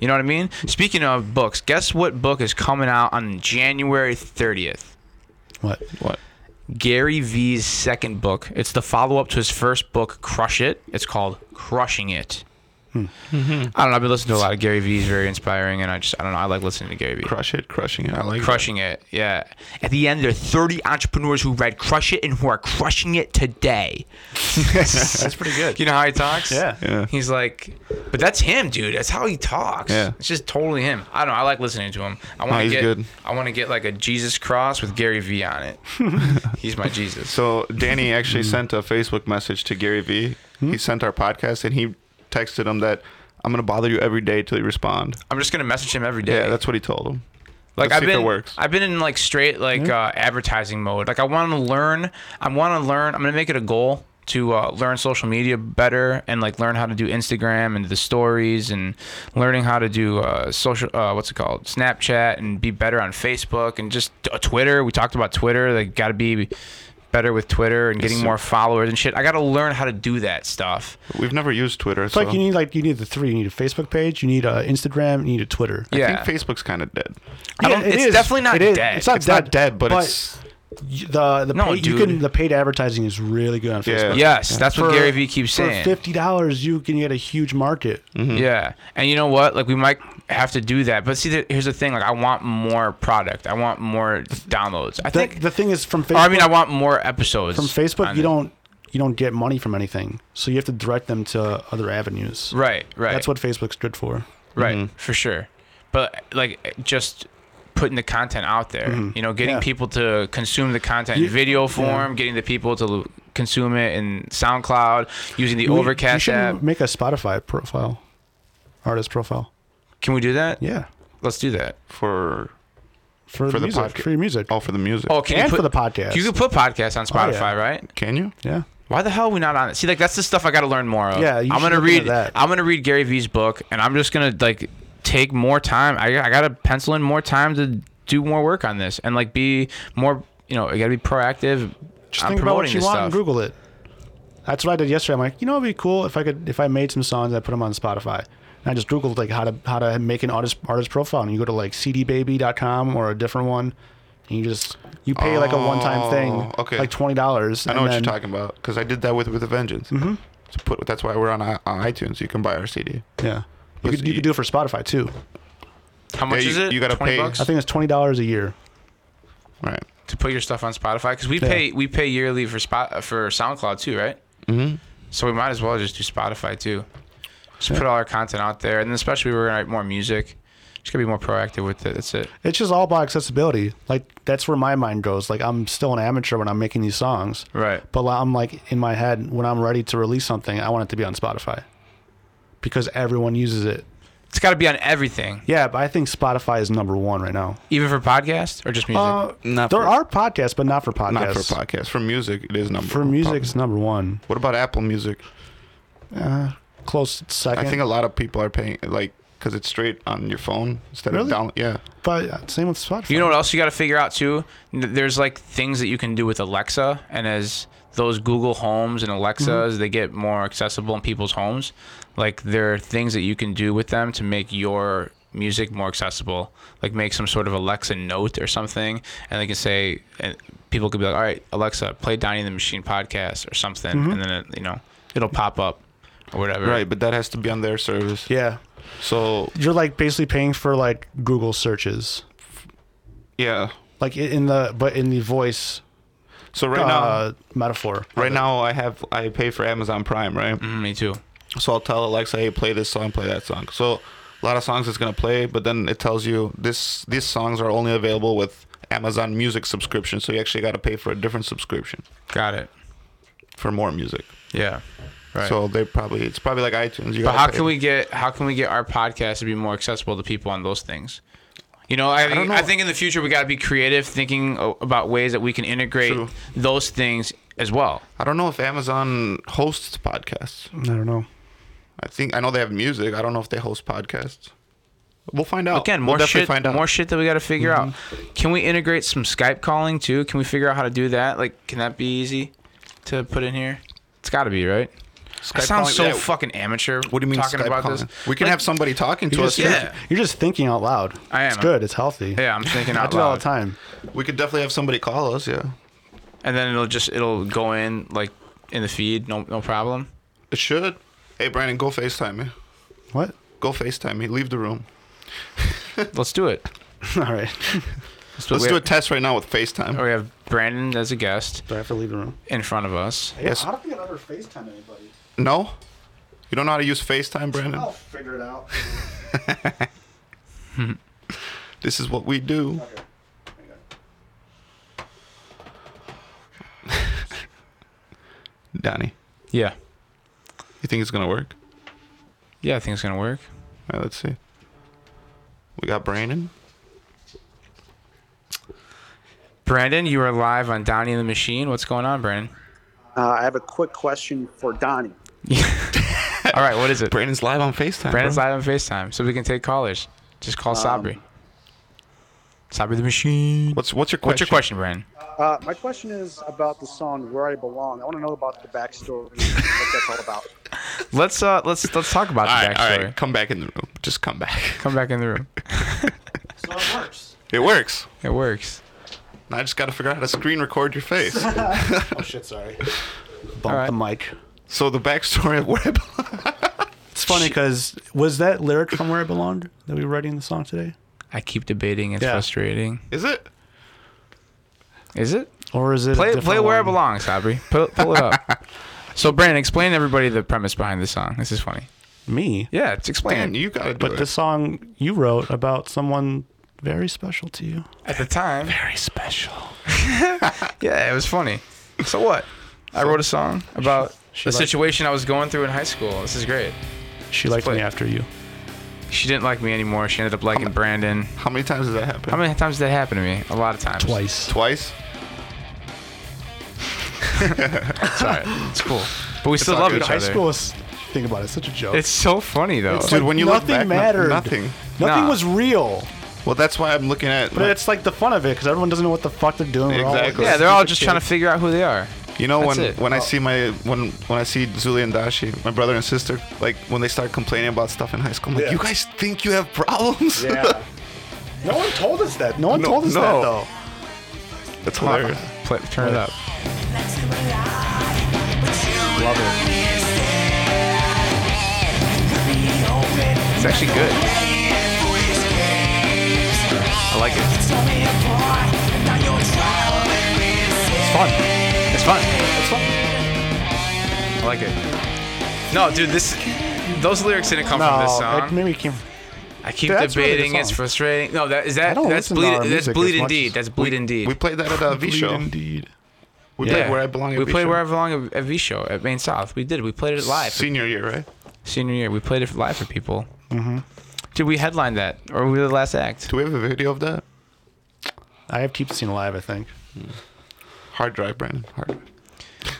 Speaker 2: You know what I mean? Speaking of books, guess what book is coming out on January thirtieth?
Speaker 4: What?
Speaker 3: What?
Speaker 2: Gary Vee's second book. It's the follow up to his first book, Crush It. It's called Crushing It.
Speaker 4: Hmm.
Speaker 2: I don't know. I've been listening to a lot of Gary Vee. He's very inspiring, and I just I don't know. I like listening to Gary Vee.
Speaker 3: Crush it, crushing it. I like it.
Speaker 2: Crushing it, yeah. At the end, there are 30 entrepreneurs who read Crush It and who are crushing it today.
Speaker 4: That's pretty good.
Speaker 2: You know how he talks?
Speaker 4: Yeah.
Speaker 3: Yeah.
Speaker 2: He's like, but that's him, dude. That's how he talks.
Speaker 3: Yeah.
Speaker 2: It's just totally him. I don't know. I like listening to him. I want to
Speaker 3: he's
Speaker 2: get.
Speaker 3: good.
Speaker 2: I want to get like a Jesus cross with Gary Vee on it. he's my Jesus.
Speaker 3: So Danny actually
Speaker 4: Mm-hmm.
Speaker 3: sent a Facebook message to Gary Vee.
Speaker 4: Hmm?
Speaker 3: He sent our podcast and he texted him that I'm gonna bother you every day till you respond.
Speaker 2: I'm just gonna message him every day.
Speaker 3: Yeah, that's what he told him.
Speaker 2: like
Speaker 3: Let's
Speaker 2: I've
Speaker 3: see if
Speaker 2: been
Speaker 3: it works. Mm-hmm.
Speaker 2: I've been in like straight like uh, advertising mode. Like I want to learn. I want to learn. I'm gonna make it a goal to uh, learn social media better and like learn how to do Instagram and the stories and learning how to do uh, social uh, what's it called Snapchat and be better on Facebook and just uh, Twitter. We talked about Twitter. Like got to be better with Twitter and getting
Speaker 3: sir.
Speaker 2: more followers and shit. I got to learn how to do that stuff.
Speaker 3: We've never used Twitter.
Speaker 4: It's
Speaker 3: so
Speaker 4: like you need like you need the three. You need a Facebook page. You need a Instagram. You need a Twitter.
Speaker 2: Yeah.
Speaker 3: I think Facebook's kind of dead.
Speaker 2: I don't-
Speaker 4: it
Speaker 2: it's
Speaker 4: is.
Speaker 2: definitely not
Speaker 4: It is.
Speaker 2: dead.
Speaker 4: It's not,
Speaker 3: It's
Speaker 4: dead,
Speaker 3: not dead, but, it's
Speaker 4: y- the the
Speaker 2: No,
Speaker 4: paid, you
Speaker 2: dude.
Speaker 4: can the paid advertising is really good on
Speaker 3: Yeah.
Speaker 4: Facebook.
Speaker 2: yes, that's what
Speaker 4: For-
Speaker 2: Gary Vee keeps
Speaker 4: For
Speaker 2: saying.
Speaker 4: fifty dollars, you can get a huge market.
Speaker 2: Yeah, and you know what? Like we might have to do that. But see, the, here's the thing. Like I want more product. I want more downloads. I
Speaker 4: The,
Speaker 2: think.
Speaker 4: the thing is from Facebook.
Speaker 2: or I mean, I want more episodes
Speaker 4: from Facebook,
Speaker 2: on
Speaker 4: you
Speaker 2: it.
Speaker 4: don't you don't get money from anything, so you have to direct them to other avenues.
Speaker 2: Right. Right.
Speaker 4: That's what Facebook stood for.
Speaker 2: Right. For sure. But like just putting the content out there. You know, getting
Speaker 4: Mm-hmm. Yeah.
Speaker 2: people to consume the content
Speaker 4: You-
Speaker 2: in video form. Getting the people to l- consume it in SoundCloud using the
Speaker 4: You- you
Speaker 2: Overcast
Speaker 4: should
Speaker 2: app.
Speaker 4: make a Spotify profile, artist profile.
Speaker 2: Can we do that?
Speaker 4: Yeah,
Speaker 2: Let's do that.
Speaker 3: for
Speaker 4: for, the
Speaker 3: For the
Speaker 4: music,
Speaker 3: podca-
Speaker 4: for your music.
Speaker 3: oh for the music.
Speaker 2: Oh, can
Speaker 4: And
Speaker 2: you
Speaker 4: for
Speaker 2: put
Speaker 4: the podcast.
Speaker 2: You can put podcasts on
Speaker 4: Oh,
Speaker 2: Spotify,
Speaker 4: yeah.
Speaker 2: right?
Speaker 3: can you?
Speaker 4: Yeah,
Speaker 2: Why the hell are we not on it? See, like that's the stuff I got to learn more of.
Speaker 4: Yeah, you
Speaker 2: I'm
Speaker 4: should
Speaker 2: gonna
Speaker 4: look into
Speaker 2: read.
Speaker 4: that.
Speaker 2: I'm gonna read Gary Vee's book, and I'm just gonna like take more time. I I gotta pencil in more time to do more work on this, and like be more. You know, I gotta be proactive.
Speaker 4: just
Speaker 2: on
Speaker 4: think about
Speaker 2: promoting
Speaker 4: what you
Speaker 2: this
Speaker 4: want
Speaker 2: stuff.
Speaker 4: and Google it. That's what I did yesterday. I'm like, you know, it'd be cool if I could if I made some songs, I put them on Spotify. And I just Googled like how to how to make an artist artist profile, and you go to like cdbaby.com or a different one, and you just you pay like a one time thing,
Speaker 3: Oh, okay.
Speaker 4: like twenty dollars.
Speaker 3: I know what you're talking about because I did that with with a vengeance. Mm-hmm. So put that's why we're on, i- on iTunes. You can buy our CD.
Speaker 4: Yeah, you
Speaker 3: Let's
Speaker 4: could, you
Speaker 3: see.
Speaker 4: could do it for Spotify too.
Speaker 2: How much
Speaker 3: you-
Speaker 2: is it?
Speaker 3: you gotta
Speaker 2: 20
Speaker 3: pay.
Speaker 2: bucks
Speaker 4: I think it's twenty dollars a year.
Speaker 3: Right.
Speaker 2: to put your stuff on Spotify because we pay we pay yearly for spot uh, for SoundCloud too, right? Mm-hmm. So we might as well just do Spotify too. Just put all our content out there, and then especially we're gonna write more music. Just gotta be more proactive with it. That's it.
Speaker 4: It's just all about accessibility. Like that's where my mind goes. Like I'm still an amateur when I'm making these songs.
Speaker 2: Right.
Speaker 4: But li- I'm like in my head when I'm ready to release something, I want it to be on Spotify because everyone uses it.
Speaker 2: It's gotta be on everything.
Speaker 4: Yeah, but I think Spotify is number one right now.
Speaker 2: Even for podcasts or just music?
Speaker 4: Uh,
Speaker 3: Not
Speaker 4: there
Speaker 3: for-
Speaker 4: are podcasts, but not for podcasts.
Speaker 3: Not for podcasts. For music, it is number
Speaker 4: For
Speaker 3: one.
Speaker 4: music, it's number one.
Speaker 3: What about Apple Music?
Speaker 4: Close
Speaker 3: I
Speaker 4: second.
Speaker 3: think a lot of people are paying like because it's straight on your phone instead
Speaker 4: Really?
Speaker 3: of down. Yeah.
Speaker 4: but uh, same with Spotify.
Speaker 2: you know what else you got to figure out too? N- There's like things that you can do with Alexa, and as those Google Homes and Alexas, they get more accessible in people's homes. Like there are things that you can do with them to make your music more accessible. Like make some sort of Alexa note or something, and they can say, and people could be like, "All right, Alexa, play Donnie and the Machine podcast or something," and then it, you know it'll pop up or whatever.
Speaker 3: Right, but that has to be on their service.
Speaker 4: Yeah,
Speaker 3: So
Speaker 4: you're like basically paying for like Google searches,
Speaker 3: yeah.
Speaker 4: like i- in the but in the voice
Speaker 3: So right
Speaker 4: uh, metaphor.
Speaker 3: now, right now I have I pay for Amazon Prime, right?
Speaker 2: Mm, me too.
Speaker 3: So I'll tell Alexa, hey, play this song, play that song. So a lot of songs it's gonna play, but then it tells you this these songs are only available with Amazon Music subscription. So you actually got to pay for a different subscription
Speaker 2: Got it.
Speaker 3: for more music.
Speaker 2: Yeah. Right.
Speaker 3: So they probably it's probably like iTunes. You
Speaker 2: But
Speaker 3: gotta
Speaker 2: how
Speaker 3: pay.
Speaker 2: can we get how can we get our podcast to be more accessible to people on those things? You know, I think,
Speaker 3: know.
Speaker 2: I, think in the future we got to be creative, thinking o- about ways that we can integrate
Speaker 3: True.
Speaker 2: those things as well.
Speaker 3: I don't know if Amazon hosts podcasts.
Speaker 4: I don't know.
Speaker 3: I think I know they have music. I don't know if they host podcasts. We'll find out. Mm-hmm.
Speaker 2: Again,
Speaker 3: We'll
Speaker 2: more
Speaker 3: definitely
Speaker 2: shit, more shit that we got to figure out. Can we integrate some Skype calling too? Can we figure out how to do that? Like, can that be easy to put in here? It's got to be right. I
Speaker 3: Skype
Speaker 2: sound
Speaker 3: calling-
Speaker 2: so
Speaker 3: yeah.
Speaker 2: fucking amateur.
Speaker 3: What do you mean
Speaker 2: talking
Speaker 3: Skype
Speaker 2: about
Speaker 3: calling?
Speaker 2: this?
Speaker 3: We can
Speaker 2: Like,
Speaker 3: have somebody talking to
Speaker 4: You're
Speaker 3: us.
Speaker 4: just,
Speaker 2: Yeah.
Speaker 4: thinking- you're just thinking out loud.
Speaker 2: I am.
Speaker 4: It's good. It's healthy.
Speaker 2: Yeah, I'm thinking
Speaker 4: I
Speaker 2: out
Speaker 4: do it all
Speaker 2: loud.
Speaker 4: the time.
Speaker 3: We could definitely have somebody call us. Yeah,
Speaker 2: And then it'll just it'll go in like in the feed, no no problem.
Speaker 3: it should. Hey, Brandon, go Facetime me.
Speaker 4: What?
Speaker 3: Go Facetime me. Leave the room.
Speaker 2: Let's do it.
Speaker 4: All right.
Speaker 2: Let's
Speaker 3: Let's
Speaker 2: we have,
Speaker 3: do a
Speaker 2: Oh,
Speaker 3: test right now with FaceTime.
Speaker 2: We have Brandon as a guest
Speaker 4: Do I have to leave the room?
Speaker 2: in front of us.
Speaker 3: Yes.
Speaker 4: don't think I've ever FaceTime anybody.
Speaker 3: No, you don't know how to use FaceTime, Brandon.
Speaker 4: figure it out.
Speaker 3: This is what we do. Donnie,
Speaker 2: Yeah.
Speaker 3: you think it's gonna work?
Speaker 2: Yeah, I think it's gonna work.
Speaker 3: All right, let's see. We got Brandon.
Speaker 2: Brandon, you are live on Donnie and the Machine. What's going on, Brandon?
Speaker 5: Uh, I have a quick question for Donnie.
Speaker 2: All right, what is it?
Speaker 3: Brandon's live on FaceTime.
Speaker 2: Brandon's
Speaker 3: bro.
Speaker 2: live on FaceTime, so we can take callers. Just call Sabri. Stop with the machine.
Speaker 3: What's what's your question?
Speaker 2: What's your question, Brandon?
Speaker 5: Uh, my question is about the song "Where I Belong." I want to know about the backstory, what that's all about.
Speaker 2: Let's uh let's let's talk about the
Speaker 3: All right, all
Speaker 2: backstory.
Speaker 3: right. Come back in the room. Just come back.
Speaker 2: Come back in the room.
Speaker 6: So it works.
Speaker 3: It works.
Speaker 2: It works.
Speaker 3: Now I just got to figure out how to screen record your face.
Speaker 6: Oh shit! Sorry.
Speaker 4: Bump the mic.
Speaker 3: so the backstory of Web.
Speaker 4: It's funny because was that lyric from Where I Belonged that we were writing the song today?
Speaker 2: I keep debating. It's
Speaker 4: Yeah.
Speaker 2: frustrating.
Speaker 3: Is it?
Speaker 2: Is it?
Speaker 4: Or is it a
Speaker 2: Play
Speaker 4: different
Speaker 2: play where it
Speaker 4: one?
Speaker 2: belongs, Sabri. Pull, pull it up. so, Brandon, explain to everybody the premise behind the song. This is funny.
Speaker 4: Me.
Speaker 2: Yeah, it's explain.
Speaker 3: Man, you gotta do
Speaker 4: But
Speaker 3: it.
Speaker 4: the song you wrote about someone very special to you.
Speaker 2: At the time,
Speaker 4: Very special.
Speaker 2: yeah, it was funny. So what? I wrote a song about
Speaker 4: she
Speaker 2: the
Speaker 4: liked-
Speaker 2: situation I was going through in high school. This is great.
Speaker 4: She liked
Speaker 2: play
Speaker 4: me
Speaker 2: it.
Speaker 4: after you.
Speaker 2: She didn't like me anymore. She ended up liking Brandon.
Speaker 3: How many times did that happen?
Speaker 2: How many times did that happen to me? A lot of times.
Speaker 4: Twice.
Speaker 3: Twice.
Speaker 2: Sorry. It's cool. But we still
Speaker 3: all
Speaker 2: love
Speaker 3: good.
Speaker 2: each
Speaker 4: High
Speaker 2: other.
Speaker 4: school is, think about it, such a joke.
Speaker 2: It's so funny though.
Speaker 4: It's
Speaker 3: Dude,
Speaker 4: like
Speaker 3: when you look
Speaker 4: nothing
Speaker 3: back, no-
Speaker 4: mattered.
Speaker 3: nothing.
Speaker 4: Nothing
Speaker 2: Nah.
Speaker 4: was real.
Speaker 3: Well, that's why I'm looking at.
Speaker 4: But
Speaker 3: my-
Speaker 4: it's like the fun of it because everyone doesn't know what the fuck they're doing. We're all-
Speaker 3: Exactly.
Speaker 2: yeah, they're all just trying to figure out who they are.
Speaker 3: You know
Speaker 2: That's
Speaker 3: when
Speaker 2: it. Oh.
Speaker 3: when I see my when when I see Zuli and Dashi, my brother and sister, like when they start complaining about stuff in high school, I'm like,
Speaker 4: Yeah.
Speaker 3: you guys think you have problems?
Speaker 4: Yeah. no one told us that. No one
Speaker 3: No,
Speaker 4: told us that
Speaker 3: no.
Speaker 4: though.
Speaker 3: that's hilarious.
Speaker 2: Play, turn it up.
Speaker 4: Love it.
Speaker 2: It's actually good. I like it.
Speaker 4: It's fun.
Speaker 2: It's fun. It's fun. I like it. No, dude, this those lyrics didn't come from this
Speaker 4: No, it
Speaker 2: song.
Speaker 4: maybe it came.
Speaker 2: I keep
Speaker 4: Dude, that's really good
Speaker 2: debating. it's
Speaker 4: song.
Speaker 2: frustrating. No, that is that.
Speaker 4: I don't
Speaker 2: That's
Speaker 4: listen to
Speaker 2: bleed.
Speaker 4: our
Speaker 2: That's
Speaker 4: music
Speaker 2: bleed
Speaker 4: as much
Speaker 2: indeed.
Speaker 4: as-
Speaker 2: That's bleed indeed.
Speaker 3: We played that at a V show.
Speaker 4: Indeed.
Speaker 3: We
Speaker 2: yeah.
Speaker 3: played where I belong. At
Speaker 2: we
Speaker 3: V
Speaker 2: played
Speaker 3: show.
Speaker 2: where I belong at, at V Show at Main South. We did. We played it live.
Speaker 3: Senior year, right?
Speaker 2: Senior year, we played it live for people. Mm-hmm. Did we headline that, or were we the last act?
Speaker 3: Do we have a video of that?
Speaker 4: I have Keep Seen Alive, I think.
Speaker 3: Hard drive, Brandon. Hard drive.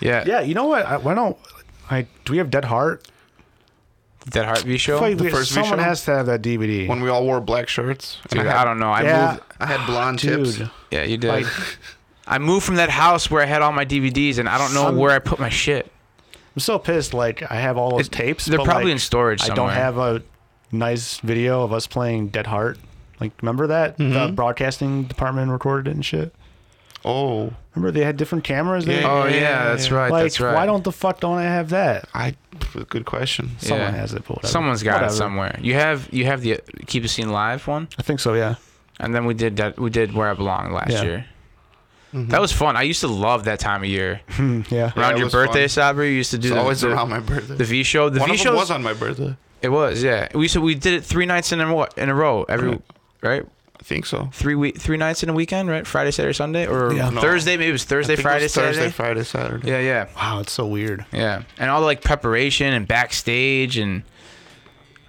Speaker 2: Yeah.
Speaker 4: Yeah, you know what? I, why don't I? Do we have Dead Heart?
Speaker 2: Dead Heart V Show.
Speaker 4: Like, we-
Speaker 3: first
Speaker 4: someone
Speaker 3: V-show?
Speaker 4: has to have that DVD.
Speaker 3: When we all wore black shirts. and
Speaker 2: Dude,
Speaker 3: I, had,
Speaker 2: I don't know. I
Speaker 4: yeah,
Speaker 2: moved.
Speaker 3: I had blonde tips.
Speaker 4: dude.
Speaker 2: Yeah, you did.
Speaker 4: Like-
Speaker 2: I moved from that house where I had all my DVDs, and I don't know
Speaker 4: Some-
Speaker 2: where I put my shit.
Speaker 4: I'm so pissed. Like I have all those
Speaker 2: It-
Speaker 4: tapes.
Speaker 2: they're
Speaker 4: but,
Speaker 2: probably
Speaker 4: like,
Speaker 2: in storage
Speaker 4: I
Speaker 2: somewhere.
Speaker 4: don't have a nice video of us playing Dead Heart. Like remember that the broadcasting department recorded it and shit.
Speaker 3: Oh,
Speaker 4: Remember they had different cameras. there?
Speaker 3: Yeah,
Speaker 2: Oh yeah, that's right.
Speaker 4: like
Speaker 2: that's right.
Speaker 4: why don't the fuck don't I have that?
Speaker 3: I. Good question.
Speaker 4: Someone
Speaker 2: Yeah.
Speaker 4: has it. But whatever.
Speaker 2: Someone's got
Speaker 4: Whatever.
Speaker 2: it somewhere. You have you have the Keep the Scene Live one,
Speaker 4: I think so. Yeah.
Speaker 2: and then we did that. We did Where I Belong last
Speaker 4: Yeah. Mm-hmm.
Speaker 2: year. That was fun. I used to love that time of year.
Speaker 4: Mm, Yeah.
Speaker 3: Yeah,
Speaker 2: around
Speaker 3: it
Speaker 2: your
Speaker 3: was
Speaker 2: birthday,
Speaker 3: fun.
Speaker 2: Sabri, you used to do
Speaker 3: It's
Speaker 2: the,
Speaker 3: always
Speaker 2: the,
Speaker 3: around my birthday.
Speaker 2: the V show. The
Speaker 3: One
Speaker 2: V
Speaker 3: of them
Speaker 2: show
Speaker 3: was on my birthday.
Speaker 2: It was, yeah. We so we did it three nights in a row, in a row every right.
Speaker 3: I think so.
Speaker 2: Three week, three nights in a weekend, right? Friday, Saturday, Sunday, or
Speaker 4: Yeah.
Speaker 3: No.
Speaker 2: Thursday. Maybe it was
Speaker 3: I
Speaker 2: Thursday,
Speaker 3: think it was
Speaker 2: Friday,
Speaker 3: Thursday,
Speaker 2: Saturday.
Speaker 3: Friday, Saturday.
Speaker 2: yeah, yeah,
Speaker 4: Wow, it's so weird.
Speaker 2: yeah. And all the like preparation and backstage and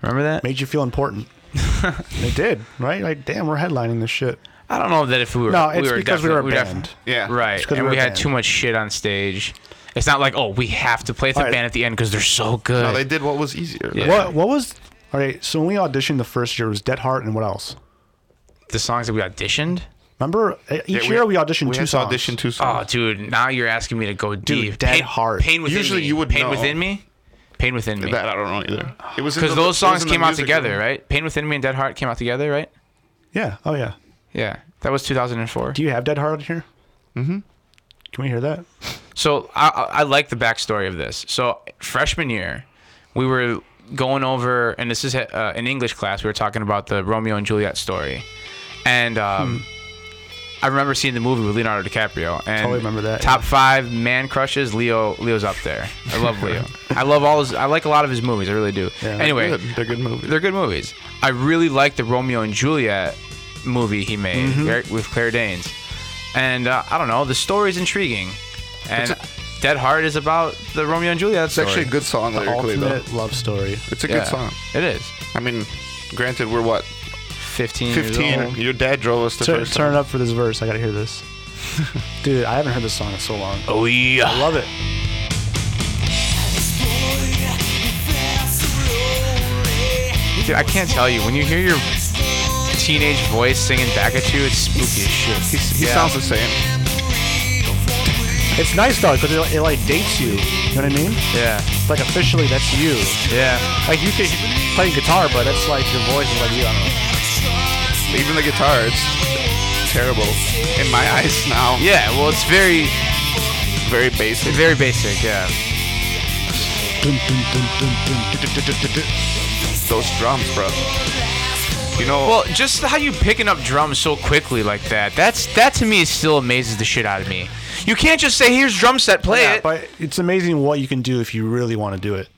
Speaker 2: remember that?
Speaker 4: Made you feel important. it did, right? Like, damn, we're headlining this shit.
Speaker 2: I don't know that if we were.
Speaker 4: No, it's
Speaker 2: were
Speaker 4: because we were a
Speaker 2: definitely-
Speaker 4: band.
Speaker 2: definitely-
Speaker 3: Yeah.
Speaker 2: Right,
Speaker 4: It's 'cause
Speaker 2: and
Speaker 4: we
Speaker 2: we,
Speaker 4: were a
Speaker 2: had
Speaker 4: band.
Speaker 2: too much shit on stage. It's not like oh, we have to play with the
Speaker 4: Alright.
Speaker 2: band at the end because they're so good.
Speaker 3: No, they did what was easier.
Speaker 2: Yeah.
Speaker 4: What What was? All right. So when we auditioned the first year, it was Dead Heart and what else?
Speaker 2: the songs that we auditioned.
Speaker 4: Remember, e- each year we auditioned
Speaker 3: we
Speaker 4: two
Speaker 3: had to
Speaker 4: songs.
Speaker 3: Audition two
Speaker 2: Oh,
Speaker 3: songs.
Speaker 2: dude, now you're asking me to go deep.
Speaker 4: dead
Speaker 2: pain,
Speaker 4: hard.
Speaker 2: Pain within
Speaker 3: Usually
Speaker 2: me.
Speaker 3: you would
Speaker 2: pain
Speaker 3: know.
Speaker 2: within me. Pain within me.
Speaker 3: that I don't know either. It was in
Speaker 2: Because
Speaker 3: the-
Speaker 2: those
Speaker 3: it was
Speaker 2: songs
Speaker 3: in the
Speaker 2: came out
Speaker 3: music
Speaker 2: together,
Speaker 3: room.
Speaker 2: right? Pain within me and Dead Heart came out together, right?
Speaker 4: Yeah. Oh yeah.
Speaker 2: Yeah, that was 2004.
Speaker 4: Do you have Dead Heart on here? Mm-hmm. Can we hear that?
Speaker 2: So I, I I like the backstory of this. So freshman year, we were going over, and this is uh, an English class. We were talking about the Romeo and Juliet story, and um, I remember seeing the movie with Leonardo DiCaprio. And
Speaker 4: Totally remember that,
Speaker 2: Top
Speaker 4: yeah.
Speaker 2: five man crushes. Leo Leo's up there. I love Leo. I love all his. I like a lot of his movies. I really do. anyway,
Speaker 3: Good. They're good movies.
Speaker 2: they're good movies. I really like the Romeo and Juliet movie he made
Speaker 3: Mm-hmm.
Speaker 2: right, with Claire Danes, and uh, I don't know, the story's intriguing, and Dead Heart is about the Romeo and Juliet.
Speaker 3: It's actually a good song lyrically, though.
Speaker 4: Ultimate love story.
Speaker 3: It's a
Speaker 2: yeah,
Speaker 3: good song.
Speaker 2: It is.
Speaker 3: I mean, granted, we're what
Speaker 2: Fifteen. Years
Speaker 3: fifteen.
Speaker 2: old.
Speaker 3: Your dad drove us the
Speaker 4: Turn,
Speaker 3: first
Speaker 4: turn
Speaker 3: time.
Speaker 4: it up for this verse. I gotta hear this. Dude, I haven't heard this song in so long.
Speaker 2: Oh yeah.
Speaker 4: I love it.
Speaker 2: Dude, I can't tell you when you hear your teenage voice singing back at you. It's spooky as
Speaker 3: He,
Speaker 2: shit.
Speaker 3: he
Speaker 2: Yeah.
Speaker 3: sounds the same.
Speaker 4: It's nice though, because it, it like dates you. You know what I mean?
Speaker 2: Yeah,
Speaker 4: It's like officially that's you.
Speaker 2: yeah.
Speaker 4: Like you could play guitar, but that's like your voice is like you. I don't know.
Speaker 3: Even the guitar, it's terrible in my eyes now.
Speaker 2: Yeah, well, it's very,
Speaker 3: Very basic.
Speaker 2: very basic, yeah.
Speaker 3: Those drums, bro. You know,
Speaker 2: Well, just how you picking up drums so quickly like that, that's that to me still amazes the shit out of me. You can't just say, here's drum set, play
Speaker 4: Yeah,
Speaker 2: it.
Speaker 4: but it's amazing what you can do if you really want to do it.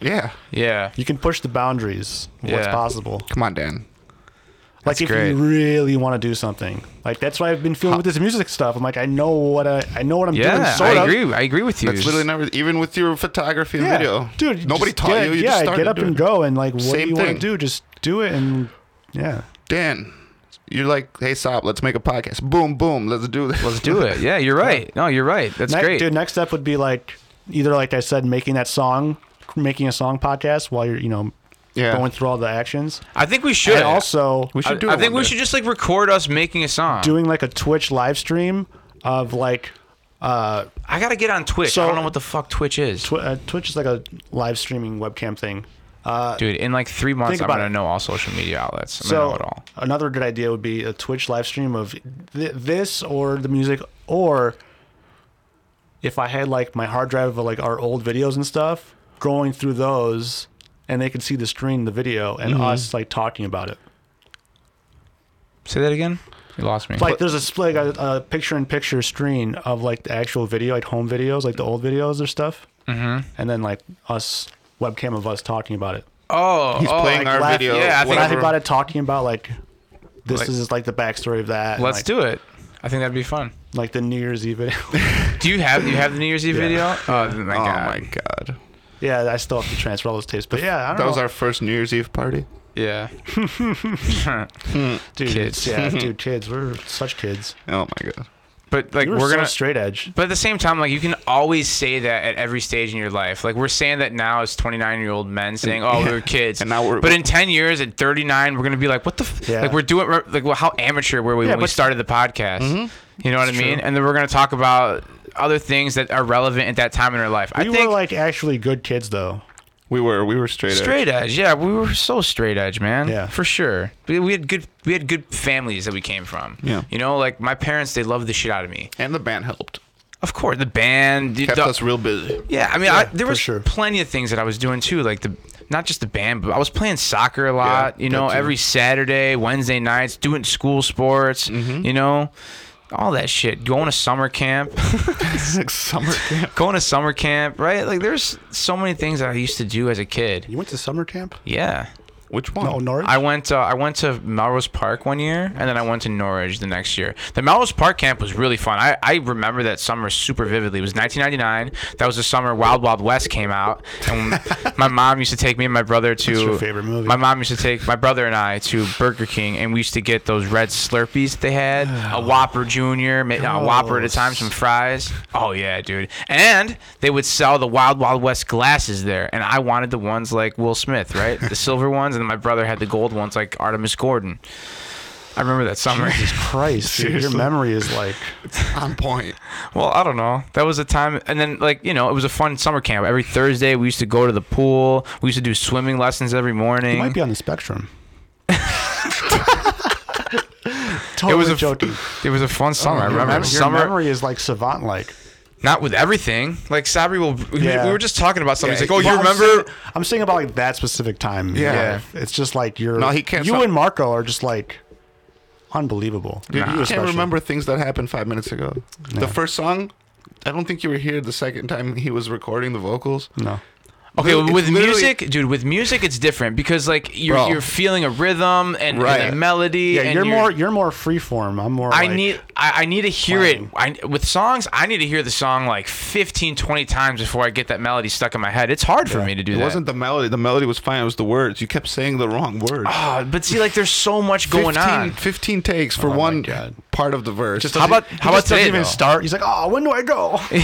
Speaker 3: yeah.
Speaker 2: yeah.
Speaker 4: You can push the boundaries of what's
Speaker 2: Yeah.
Speaker 4: possible.
Speaker 3: Come on, Dan.
Speaker 4: like if
Speaker 2: great.
Speaker 4: you really want to do something. Like that's what I've been feeling with this music stuff. I'm like, I know what I, I know what I'm doing.
Speaker 2: Yeah, I
Speaker 4: Sort of.
Speaker 2: agree. I agree with you.
Speaker 3: That's literally never. Even with your photography and
Speaker 4: Yeah,
Speaker 3: video,
Speaker 4: dude. you
Speaker 3: Nobody
Speaker 4: just
Speaker 3: taught
Speaker 4: get-
Speaker 3: you. You
Speaker 4: yeah,
Speaker 3: just started
Speaker 4: get up
Speaker 3: doing
Speaker 4: and
Speaker 3: it.
Speaker 4: go, and like, what
Speaker 3: Same
Speaker 4: do you want
Speaker 3: thing.
Speaker 4: to do? Just do it, and yeah,
Speaker 3: Dan, you're like, hey, Sop, let's make a podcast. Boom, boom, let's do this.
Speaker 2: Let's do it. Yeah, you're right. No, you're right. That's
Speaker 4: Ne-
Speaker 2: great.
Speaker 4: dude. Next step would be like either like I said, making that song, making a song podcast while you're you know
Speaker 3: Yeah.
Speaker 4: going through all the actions,
Speaker 2: I think we should.
Speaker 4: and also
Speaker 3: we should
Speaker 2: I,
Speaker 3: do
Speaker 2: I
Speaker 3: it
Speaker 2: think
Speaker 3: one
Speaker 2: we
Speaker 3: day.
Speaker 2: should just like record us making a song.
Speaker 4: doing like a Twitch live stream of like
Speaker 2: I gotta get on Twitch. I
Speaker 4: So-
Speaker 2: don't know what the fuck Twitch is,
Speaker 4: Tw- uh, Twitch is like a live streaming webcam thing.
Speaker 2: dude. In like three months,
Speaker 4: Think
Speaker 2: I'm
Speaker 4: about
Speaker 2: gonna
Speaker 4: it.
Speaker 2: know all social media outlets. I'm gonna know
Speaker 4: So
Speaker 2: it all.
Speaker 4: another good idea would be a Twitch live stream of th- this or the music, or if I had like my hard drive of like our old videos and stuff, going through those, and they could see the screen, the video,
Speaker 2: Mm-hmm.
Speaker 4: and us like talking about it.
Speaker 2: Say that again. You lost me.
Speaker 4: Like there's a split, like, a, a picture-in-picture screen of like the actual video, like home videos, like the old videos or stuff, mm-hmm. and then like us webcam of us talking about it.
Speaker 2: oh,
Speaker 3: He's
Speaker 2: oh,
Speaker 3: playing
Speaker 2: like,
Speaker 3: our
Speaker 4: laugh-
Speaker 3: video.
Speaker 2: yeah, I think-
Speaker 4: Laughing
Speaker 3: whatever.
Speaker 4: about it, talking about like this
Speaker 2: Like-
Speaker 4: is like the backstory of that. and,
Speaker 2: Let's
Speaker 4: like,
Speaker 2: do it. I think that'd be fun.
Speaker 4: like the New Year's Eve video.
Speaker 2: Do you have you have the New Year's Eve video? Oh my
Speaker 3: Oh
Speaker 2: god.
Speaker 3: my god,
Speaker 4: yeah, I still have to transfer all those tapes. But yeah, I don't
Speaker 3: that
Speaker 4: know.
Speaker 3: was our first New Year's Eve party.
Speaker 2: Yeah.
Speaker 4: dude,
Speaker 2: kids.
Speaker 4: Yeah, dude, kids. We're such kids.
Speaker 3: Oh my god.
Speaker 2: But like
Speaker 4: We
Speaker 2: we're,
Speaker 4: were so
Speaker 2: gonna.
Speaker 4: straight edge.
Speaker 2: but at the same time, like you can always say that at every stage in your life. Like we're saying that now as 29 year old men saying, "Oh, we were kids,"
Speaker 3: And now we're-
Speaker 2: But in 10 years, at 39, we're gonna be like, "What the? F-?
Speaker 4: Yeah.
Speaker 2: Like we're doing we're- like well, how amateur were we
Speaker 4: Yeah,
Speaker 2: when we
Speaker 4: but-
Speaker 2: started the podcast? You know what I mean? And then we're gonna talk about other things that are relevant at that time in our life. I
Speaker 4: We
Speaker 2: think
Speaker 4: were like actually good kids though.
Speaker 3: We were we were straight. edge.
Speaker 2: straight edge. Yeah, we were so straight edge, man.
Speaker 4: Yeah.
Speaker 2: for sure. We, we had good we had good families that we came from.
Speaker 3: Yeah.
Speaker 2: you know, like my parents, they loved the shit out of me.
Speaker 3: And the band helped.
Speaker 2: Of course, the band, the-
Speaker 3: Kept us real busy.
Speaker 2: Yeah, I mean, I, there
Speaker 4: for
Speaker 2: was
Speaker 4: sure.
Speaker 2: plenty of things that I was doing too, like the not just the band, but I was playing soccer a lot. you know,
Speaker 3: that too.
Speaker 2: every Saturday, Wednesday nights, doing school sports.
Speaker 3: Mm-hmm.
Speaker 2: You know, all that shit. Going to summer camp,
Speaker 3: It's like summer camp.
Speaker 2: going to summer camp, right? Like, there's so many things that I used to do as a kid.
Speaker 4: You went to summer camp?
Speaker 2: Yeah.
Speaker 3: Which one?
Speaker 4: Oh, Norwich.
Speaker 2: I went. Uh, I went to Melrose Park one year, and then I went to Norwich the next year. The Melrose Park camp was really fun. I, I remember that summer super vividly. It was 1999. That was the summer Wild Wild West came out, and my mom used to take me and my brother to
Speaker 4: your favorite movie.
Speaker 2: My mom used to take my brother and I to Burger King, and we used to get those red Slurpees that they had, a Whopper Junior, ma- a Whopper at a time, some fries. Oh yeah, dude. And they would sell the Wild Wild West glasses there, and I wanted the ones like Will Smith, right? The silver ones, and then my brother had the gold ones like Artemis Gordon. I remember that summer.
Speaker 4: Jesus Christ, dude, your
Speaker 3: Seriously.
Speaker 4: memory is like
Speaker 3: On point.
Speaker 2: Well, I don't know. That was a time, and then like you know, it was a fun summer camp. Every Thursday, we used to go to the pool. We used to do swimming lessons every morning.
Speaker 4: you might be on the spectrum. totally
Speaker 2: it was a f-
Speaker 4: joking.
Speaker 2: it was a
Speaker 4: Oh,
Speaker 2: fun summer. I
Speaker 4: Your
Speaker 2: remember
Speaker 4: mem- your
Speaker 2: summer.
Speaker 4: memory is like savant like.
Speaker 2: Not with everything. Like Sabri will. We,
Speaker 4: Yeah.
Speaker 2: we were just talking about something. He's like, "Oh,
Speaker 4: Well,
Speaker 2: you
Speaker 4: I'm
Speaker 2: remember?"
Speaker 4: saying- I'm saying about like that specific time. in your
Speaker 3: Yeah.
Speaker 4: life. It's just like you're.
Speaker 3: No, he can't
Speaker 4: You
Speaker 3: stop-
Speaker 4: and Marco are just like unbelievable.
Speaker 3: Dude,
Speaker 4: Nah.
Speaker 3: you can't
Speaker 4: Especially.
Speaker 3: remember things that happened five minutes ago. The first song, I don't think you were here the second time he was recording the vocals.
Speaker 4: No.
Speaker 2: Okay,
Speaker 3: Literally-
Speaker 2: with
Speaker 3: it's literally-
Speaker 2: music, dude. With music, it's different because like you're
Speaker 3: Bro.
Speaker 2: you're feeling a rhythm and,
Speaker 3: Right.
Speaker 2: and a melody. E
Speaker 4: Yeah,
Speaker 2: and
Speaker 4: you're, more you're more freeform. I'm more.
Speaker 2: I
Speaker 4: like-
Speaker 2: need I, I need to hear it I, with songs. I need to hear the song like 15, 20 times before I get that melody stuck in my head. It's hard for me to do
Speaker 3: It
Speaker 2: that.
Speaker 3: wasn't the melody. The melody was fine. It was the words. You kept saying the wrong words.
Speaker 2: Ah, but see, like there's so much going
Speaker 3: 15,
Speaker 2: on.
Speaker 3: 15 takes for
Speaker 4: my
Speaker 3: one
Speaker 4: God.
Speaker 3: part of the verse.
Speaker 4: Just
Speaker 2: How
Speaker 4: doesn't-
Speaker 2: about-
Speaker 4: he
Speaker 2: how about
Speaker 4: just
Speaker 2: today,
Speaker 4: doesn't even
Speaker 2: though?
Speaker 4: start? He's like, oh, when do I go?
Speaker 3: he,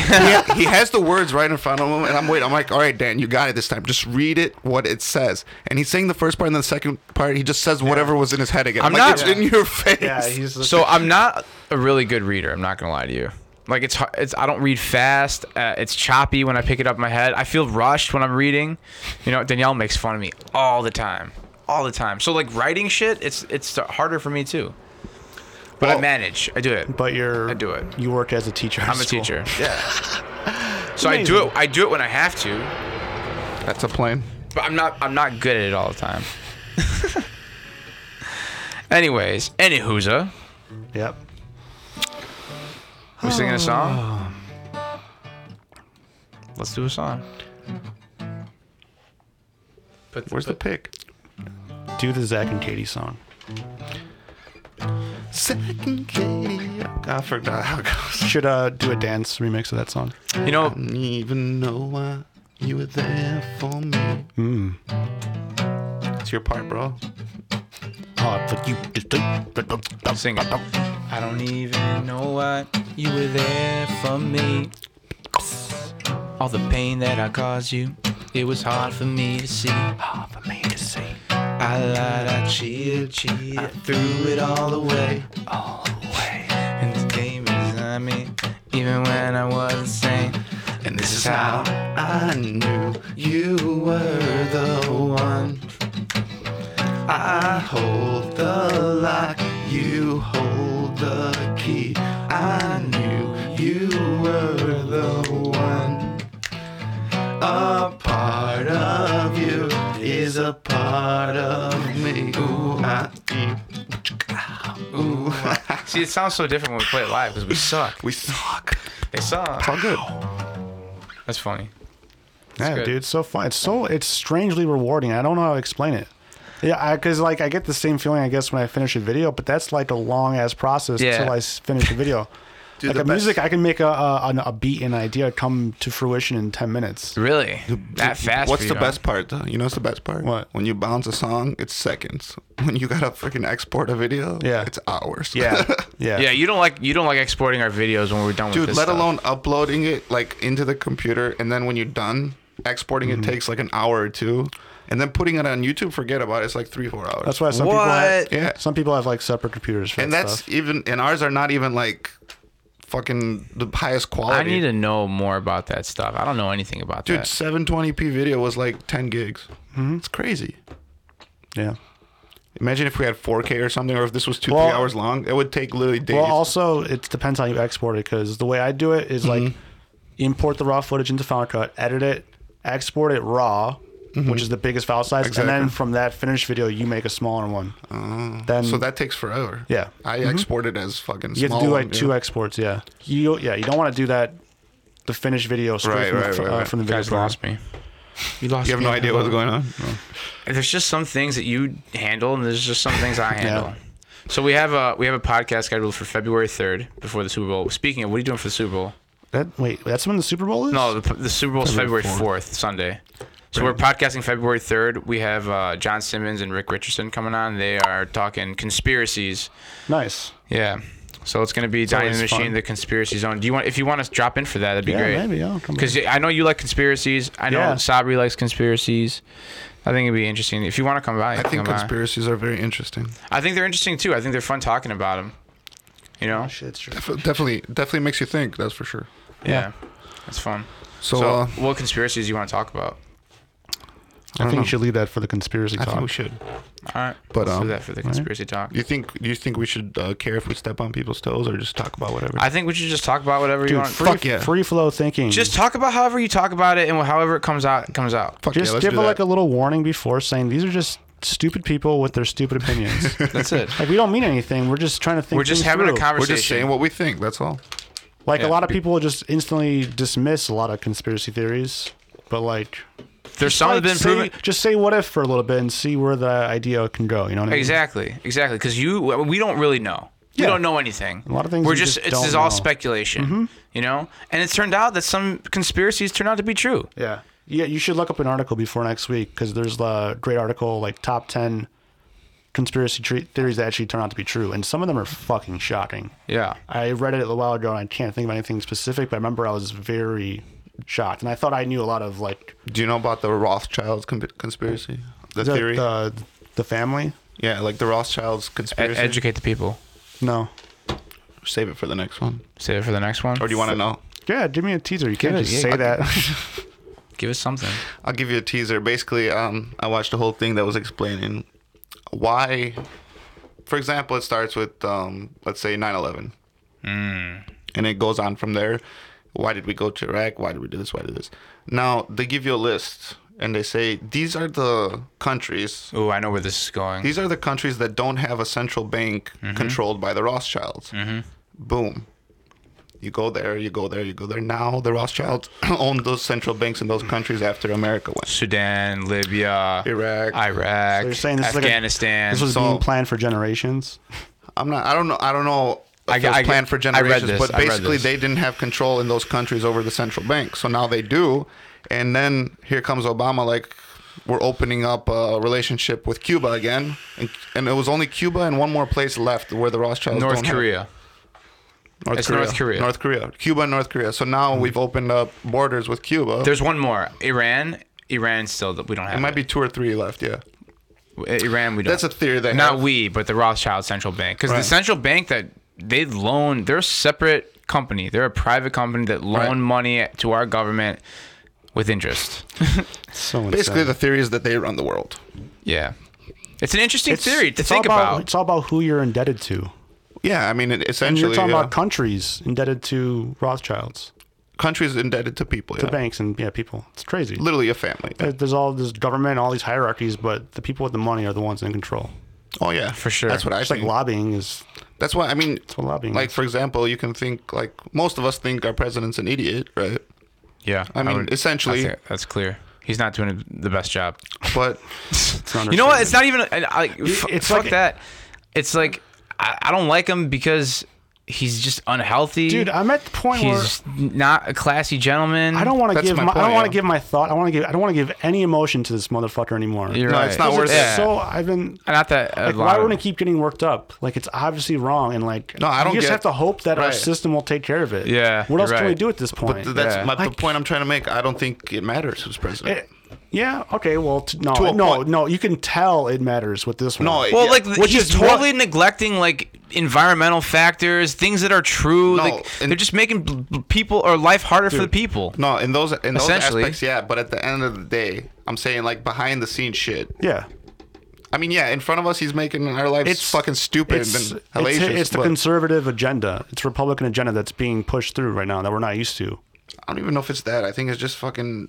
Speaker 3: he has the words right in front of him, and I'm waiting. I'm like, all right, Dan, you got it this time. Just read it what it says. And he's saying the first part, and then the second part, he just says whatever was in his head again. I'm,
Speaker 2: I'm
Speaker 3: like,
Speaker 2: not-
Speaker 3: it's in your face.
Speaker 4: yeah, he's just,
Speaker 2: So I'm not a really good reader. I'm not gonna lie to you. Like it's har- it's I don't read fast. Uh, it's choppy when I pick it up in my head. I feel rushed when I'm reading. You know Danielle makes fun of me all the time, all the time. So like writing shit, it's it's harder for me too. But I
Speaker 3: Well-
Speaker 2: manage. I do it.
Speaker 4: but you're.
Speaker 2: I do it.
Speaker 4: You work as a teacher. at
Speaker 2: I'm a
Speaker 4: school.
Speaker 2: teacher. Yeah. so I do
Speaker 4: Amazing.
Speaker 2: it. I do it when I have to.
Speaker 3: That's a plane.
Speaker 2: But I'm not I'm not good at it all the time. Anyways, anywhoza,
Speaker 4: Yep.
Speaker 2: we singing a song. Oh. Let's do a song. Put,
Speaker 3: Where's the pick?
Speaker 4: Do the Zach and Katie song.
Speaker 3: Second Katie. I forgot how it goes.
Speaker 4: Should uh, do a dance remix of that song.
Speaker 2: You know,
Speaker 3: Didn't even know why you were there for me. Hmm. It's your part, bro.
Speaker 4: Oh, but you.
Speaker 2: sing it. I don't even know why you were there for me. All the pain that I caused you, it was hard for me to see. Hard for me to see. I lied, I cheated, cheated, I threw it all away, all away. And the game is on me, even when I wasn't sane. And this is how
Speaker 3: I knew you were the one. I hold the lock, you hold the key. I knew you were the one. A part of you is a part of me. Ooh, I, ooh,
Speaker 2: See, it sounds so different when we play it live because we suck.
Speaker 3: we suck.
Speaker 2: They suck.
Speaker 3: All good.
Speaker 2: That's funny.
Speaker 4: Yeah,
Speaker 2: good.
Speaker 4: dude, it's so fun. It's so it's strangely rewarding. I don't know how to explain it. Yeah, because like I get the same feeling I guess when I finish a video, but that's like a long ass process
Speaker 2: Yeah.
Speaker 4: until I s- finish a video. like
Speaker 3: the
Speaker 4: a music, I can make a, a an- a beat and idea come to fruition in ten minutes.
Speaker 2: Really? That fast?
Speaker 3: What's
Speaker 2: for
Speaker 3: the
Speaker 2: you, huh?
Speaker 3: best part though? You know what's the best part?
Speaker 4: What?
Speaker 3: When you bounce a song, it's seconds. When you gotta freaking export a video,
Speaker 4: Yeah.
Speaker 3: it's hours.
Speaker 4: Yeah, yeah,
Speaker 2: Yeah, you don't like you don't like exporting our videos when we're done with
Speaker 3: Dude,
Speaker 2: this.
Speaker 3: let
Speaker 2: stuff.
Speaker 3: alone uploading it like into the computer and then when you're done, exporting
Speaker 4: Mm-hmm.
Speaker 3: it takes like an hour or two. And then putting it on YouTube, forget about it, it's like three, four hours.
Speaker 4: That's why some people have,
Speaker 2: What?
Speaker 3: Yeah.
Speaker 4: some people have like separate computers for
Speaker 3: and
Speaker 4: that
Speaker 3: that's
Speaker 4: stuff.
Speaker 3: even and ours are not even like fucking the highest quality.
Speaker 2: I need to know more about that stuff. I don't know anything about
Speaker 3: Dude,
Speaker 2: that.
Speaker 3: 720p video was like 10 gigs.
Speaker 4: Mm-hmm.
Speaker 3: It's crazy.
Speaker 4: yeah.
Speaker 3: Imagine if we had 4K or something, or if this was two,
Speaker 4: Well-
Speaker 3: three hours long. It would take literally days.
Speaker 4: Well, also it depends how you export it because the way I do it is,
Speaker 3: Mm-hmm.
Speaker 4: like import the raw footage into Final Cut, edit it, export it raw, which is the biggest file size, and
Speaker 3: Mm-hmm. Exactly. Oh.
Speaker 4: then from that finished video you make a smaller one. then
Speaker 3: so that takes forever.
Speaker 4: Mm. Yeah. Mm-hmm.
Speaker 3: I export it as fucking.
Speaker 4: you have
Speaker 3: small
Speaker 4: to do
Speaker 3: one,
Speaker 4: like two
Speaker 3: yeah.
Speaker 4: exports. Yeah, you yeah you don't want to do that. The finished video straight
Speaker 3: Right,
Speaker 4: from,
Speaker 3: right,
Speaker 4: the,
Speaker 3: right,
Speaker 4: uh,
Speaker 3: right.
Speaker 4: from the
Speaker 2: You
Speaker 4: video.
Speaker 2: guys
Speaker 4: player.
Speaker 2: lost me. You lost.
Speaker 3: You have no idea what's going on.
Speaker 2: There's just some things that you handle, and there's just some things I handle. So we have a we have a podcast scheduled for February 3rd before the Super Bowl. Speaking of, what are you doing for the Super Bowl?
Speaker 4: That wait, that's when the Super Bowl is.
Speaker 2: No, the, the Super Bowl is February 4th, Sunday. So we're podcasting February 3rd. We have uh, John Simmons and Rick Richardson coming on. They are talking conspiracies.
Speaker 4: nice.
Speaker 2: Yeah. So it's gonna be Dining the
Speaker 4: always
Speaker 2: Machine,
Speaker 4: fun.
Speaker 2: the Conspiracy Zone. Do you want if you want to drop in for that, that'd be
Speaker 4: Yeah,
Speaker 2: great.
Speaker 4: maybe, yeah, come on.
Speaker 2: Because I know you like conspiracies. I know
Speaker 4: Yeah.
Speaker 2: Sabri likes conspiracies. I think it'd be interesting if you want to come by.
Speaker 3: I think
Speaker 2: come by.
Speaker 3: conspiracies are very interesting.
Speaker 2: I think they're interesting too. I think they're fun talking about them. You know.
Speaker 4: Shit's true.
Speaker 3: Def- definitely, definitely makes you think. That's for sure.
Speaker 2: Yeah. That's fun.
Speaker 3: So,
Speaker 2: So,
Speaker 3: uh,
Speaker 2: what conspiracies you want to talk about?
Speaker 4: I, think
Speaker 3: know.
Speaker 4: you should leave that for the conspiracy
Speaker 3: I
Speaker 4: talk.
Speaker 3: think we should.
Speaker 2: All right.
Speaker 3: But,
Speaker 2: But let's
Speaker 3: um,
Speaker 2: do that for the conspiracy talk.
Speaker 3: Do you think? Do you think we should uh, care if we step on people's toes or just talk about whatever?
Speaker 2: I think we should just talk about whatever you
Speaker 4: Dude,
Speaker 2: want.
Speaker 4: free,
Speaker 3: fuck yeah.
Speaker 4: free flow thinking.
Speaker 2: Just talk about however you talk about it and however it comes out it comes out.
Speaker 3: Fuck yeah,
Speaker 4: just
Speaker 3: let's
Speaker 4: give
Speaker 3: do
Speaker 4: it like
Speaker 3: that.
Speaker 4: a little warning before saying these are just stupid people with their stupid opinions.
Speaker 2: That's it.
Speaker 4: like we don't mean anything. We're just trying to think.
Speaker 2: We're just
Speaker 4: things
Speaker 2: having a
Speaker 4: through.
Speaker 2: conversation.
Speaker 3: We're just saying what we think. That's all.
Speaker 4: Like
Speaker 2: yeah.
Speaker 4: a lot of people just instantly dismiss a lot of conspiracy theories, but like
Speaker 2: There's some that have
Speaker 4: like,
Speaker 2: been
Speaker 4: say-
Speaker 2: proven.
Speaker 4: Just say what if for a little bit and see where the idea can go. You know what I mean?
Speaker 2: Exactly, exactly. Because you, we don't really know.
Speaker 4: Yeah.
Speaker 2: We don't know anything. A
Speaker 4: lot of things
Speaker 2: We're
Speaker 4: we
Speaker 2: just,
Speaker 4: just
Speaker 2: it's
Speaker 4: don't
Speaker 2: just all
Speaker 4: know. Mm-hmm.
Speaker 2: speculation, you know. And it turned out that some conspiracies turned out to be true.
Speaker 4: Yeah. Yeah, you should look up an article before next week because there's a great article like top ten conspiracy tre- theories that actually turn out to be true, and some of them are fucking shocking.
Speaker 2: Yeah.
Speaker 4: I read it a while ago, and I can't think of anything specific, but I remember I was very shocked, and I thought I knew a lot of like
Speaker 3: Do you know about the Rothschilds con- conspiracy? The,
Speaker 4: the
Speaker 3: theory?
Speaker 4: the, the family.
Speaker 3: yeah, like the Rothschilds
Speaker 2: E-
Speaker 3: conspiracy.
Speaker 2: educate the people.
Speaker 4: No,
Speaker 3: Save it for the next one.
Speaker 2: Save it for the next one.
Speaker 3: Or do you want to know?
Speaker 4: yeah, give me a teaser. You can't
Speaker 2: it-
Speaker 4: just
Speaker 2: yeah,
Speaker 4: say
Speaker 2: I-
Speaker 4: that.
Speaker 2: Give us something.
Speaker 3: I'll give you a teaser. Basically, um, I watched the whole thing that was explaining why. For example, it starts with um, let's say 9/11, and it goes on from there. Why did we go to Iraq? Why did we do this? Why did this? Now they give you a list, and they say these are the countries
Speaker 2: Ooh, I know where this is going.
Speaker 3: These are the countries that don't have a central bank controlled by the Rothschilds. Boom. You go there, you go there, you go there. Now the Rothschilds own those central banks in those countries after America went.
Speaker 2: Sudan, Libya,
Speaker 3: Iraq.
Speaker 2: Iraq,
Speaker 4: So you're saying this is like a-
Speaker 2: Afghanistan.
Speaker 4: this was
Speaker 3: So-
Speaker 4: being planned for generations.
Speaker 3: I'm not. I don't know. I don't know. If
Speaker 2: I
Speaker 3: it
Speaker 2: get-
Speaker 3: was
Speaker 2: I get-
Speaker 3: planned for
Speaker 2: I read
Speaker 3: generations,
Speaker 2: this,
Speaker 3: but
Speaker 2: I read
Speaker 3: basically
Speaker 2: this.
Speaker 3: they didn't have control in those countries over the central bank. So now they do, and then here comes Obama like. We're opening up a relationship with Cuba again, and, and it was only Cuba and one more place left where the Rothschilds.
Speaker 2: North
Speaker 3: don't have-
Speaker 2: Korea.
Speaker 3: North
Speaker 2: It's North Korea. Mm-hmm.
Speaker 3: North Korea. Cuba and North Korea. So now we've opened up borders with Cuba.
Speaker 2: There's one more. Iran. Iran still that we don't have.
Speaker 3: it might be two or three left, yeah.
Speaker 2: be Uh, Iran. We don't.
Speaker 3: That's a theory they
Speaker 2: Not
Speaker 3: have.
Speaker 2: we, but the Rothschild central bank. Because the
Speaker 3: Right.
Speaker 2: central bank that they loan, they're a separate company. They're a private company that loan
Speaker 3: Right.
Speaker 2: money to our government with interest.
Speaker 4: So insane.
Speaker 3: Basically the theory is that they run the world.
Speaker 2: Yeah. It's an interesting
Speaker 4: It's-
Speaker 2: theory to
Speaker 4: it's
Speaker 2: think
Speaker 4: all
Speaker 2: about.
Speaker 4: It's all about who you're indebted to.
Speaker 3: Yeah, I mean it,
Speaker 4: And
Speaker 3: essentially uh,
Speaker 4: you're talking
Speaker 3: yeah.
Speaker 4: about countries indebted to Rothschilds,
Speaker 3: countries indebted to people,
Speaker 4: to
Speaker 3: yeah.
Speaker 4: banks, and yeah, people. It's crazy.
Speaker 3: Literally a family.
Speaker 4: There- There's all this government, all these hierarchies, but the people with the money are the ones in control.
Speaker 3: Oh yeah.
Speaker 2: For sure.
Speaker 3: That's what I
Speaker 4: It's like
Speaker 3: think.
Speaker 4: lobbying is
Speaker 3: That's why I mean
Speaker 4: what lobbying
Speaker 3: like
Speaker 4: is.
Speaker 3: for example, you can think like most of us think our president's an idiot, right?
Speaker 2: yeah.
Speaker 3: I mean, essentially-
Speaker 2: that's, it. That's clear. He's not doing the best job.
Speaker 3: But
Speaker 4: it's an
Speaker 2: You know what? It's not even. I, I, f-
Speaker 4: it's
Speaker 2: fuck
Speaker 4: like-
Speaker 2: that. It's like I, I don't like him because he's just unhealthy.
Speaker 4: dude. I'm at the point
Speaker 2: he's not a classy gentleman.
Speaker 4: where I don't want to
Speaker 3: That's
Speaker 4: give my,
Speaker 3: my
Speaker 4: I don't
Speaker 3: point,
Speaker 4: want to
Speaker 3: yeah.
Speaker 4: give my thought. I want to give I don't want to give any emotion to this motherfucker anymore.
Speaker 2: You're
Speaker 3: No,
Speaker 2: right.
Speaker 3: it's not worth
Speaker 4: It's
Speaker 3: it.
Speaker 2: Yeah.
Speaker 4: So I've been
Speaker 2: Not that. uh, a
Speaker 4: like,
Speaker 2: lot
Speaker 4: why
Speaker 2: of-
Speaker 4: would I keep getting worked up? Like it's obviously wrong, and like
Speaker 3: No, I don't
Speaker 4: You just
Speaker 3: get-
Speaker 4: have to hope that our
Speaker 3: Right.
Speaker 4: system will take care of it.
Speaker 2: Yeah,
Speaker 4: What else
Speaker 2: you're
Speaker 4: can we
Speaker 2: right.
Speaker 4: do at this point?
Speaker 3: th- that's
Speaker 2: Yeah.
Speaker 3: my, the
Speaker 4: Like-
Speaker 3: point I'm trying to make. I don't think it matters who's president.
Speaker 4: It- yeah. Okay. Well, t- no,
Speaker 3: To a
Speaker 4: no,
Speaker 3: point.
Speaker 4: no. You can tell it matters with this one.
Speaker 3: no,
Speaker 2: Well,
Speaker 3: yeah.
Speaker 2: like th-
Speaker 4: Which
Speaker 2: he's
Speaker 4: is what-
Speaker 2: totally neglecting like environmental factors, things that are true.
Speaker 3: No,
Speaker 2: like
Speaker 3: and-
Speaker 2: they're just making b- b- people or life harder for the people.
Speaker 3: No, in those in those
Speaker 2: Essentially.
Speaker 3: aspects, yeah. But at the end of the day, I'm saying like behind the scenes shit.
Speaker 4: yeah.
Speaker 3: I mean, yeah, in front of us, he's making our lives
Speaker 4: It's
Speaker 3: fucking stupid
Speaker 4: It's
Speaker 3: and
Speaker 4: it's,
Speaker 3: hellacious.
Speaker 4: it's the
Speaker 3: but
Speaker 4: conservative agenda. It's Republican agenda that's being pushed through right now that we're not used to.
Speaker 3: I don't even know if it's that. I think it's just fucking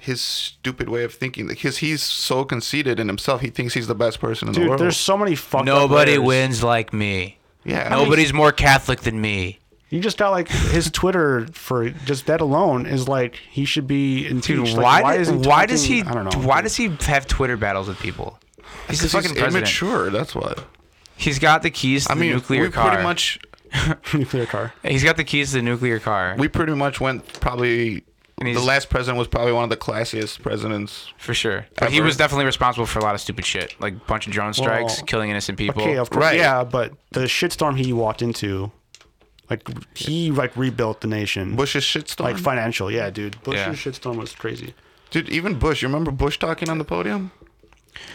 Speaker 3: his stupid way of thinking. Like, his, he's so conceited in himself. He thinks he's the best person in the
Speaker 4: Dude,
Speaker 3: world.
Speaker 4: there's so many fucked up
Speaker 2: Nobody
Speaker 4: layers.
Speaker 2: wins like me.
Speaker 3: yeah,
Speaker 2: Nobody's more Catholic than me.
Speaker 4: You just got like his Twitter for just that alone is like he should be impeached.
Speaker 2: Dude,
Speaker 4: Like,
Speaker 2: why,
Speaker 4: is
Speaker 2: does
Speaker 4: he
Speaker 2: why does he
Speaker 4: talking- I don't know.
Speaker 2: why does he have Twitter battles with people? He's the
Speaker 3: He's
Speaker 2: fucking president.
Speaker 3: immature. That's why.
Speaker 2: He's got the keys to
Speaker 3: I mean,
Speaker 2: the nuclear
Speaker 3: we
Speaker 2: car.
Speaker 3: pretty much
Speaker 4: nuclear car?
Speaker 2: He's got the keys to the nuclear car
Speaker 3: we pretty much went probably.
Speaker 2: And
Speaker 3: The
Speaker 2: he's-
Speaker 3: last president was probably one of the classiest presidents.
Speaker 2: for sure. But he
Speaker 3: Ever.
Speaker 2: was definitely responsible for a lot of stupid shit, like bunch of drone strikes,
Speaker 4: Well,
Speaker 2: killing innocent people.
Speaker 4: Okay, of course.
Speaker 3: Right.
Speaker 4: Yeah, but the shitstorm he walked into, like he like rebuilt the nation.
Speaker 3: Bush's shitstorm.
Speaker 4: like financial, yeah, dude. Bush's
Speaker 2: Yeah.
Speaker 4: shitstorm was crazy.
Speaker 3: Dude, even Bush. You remember Bush talking on the podium?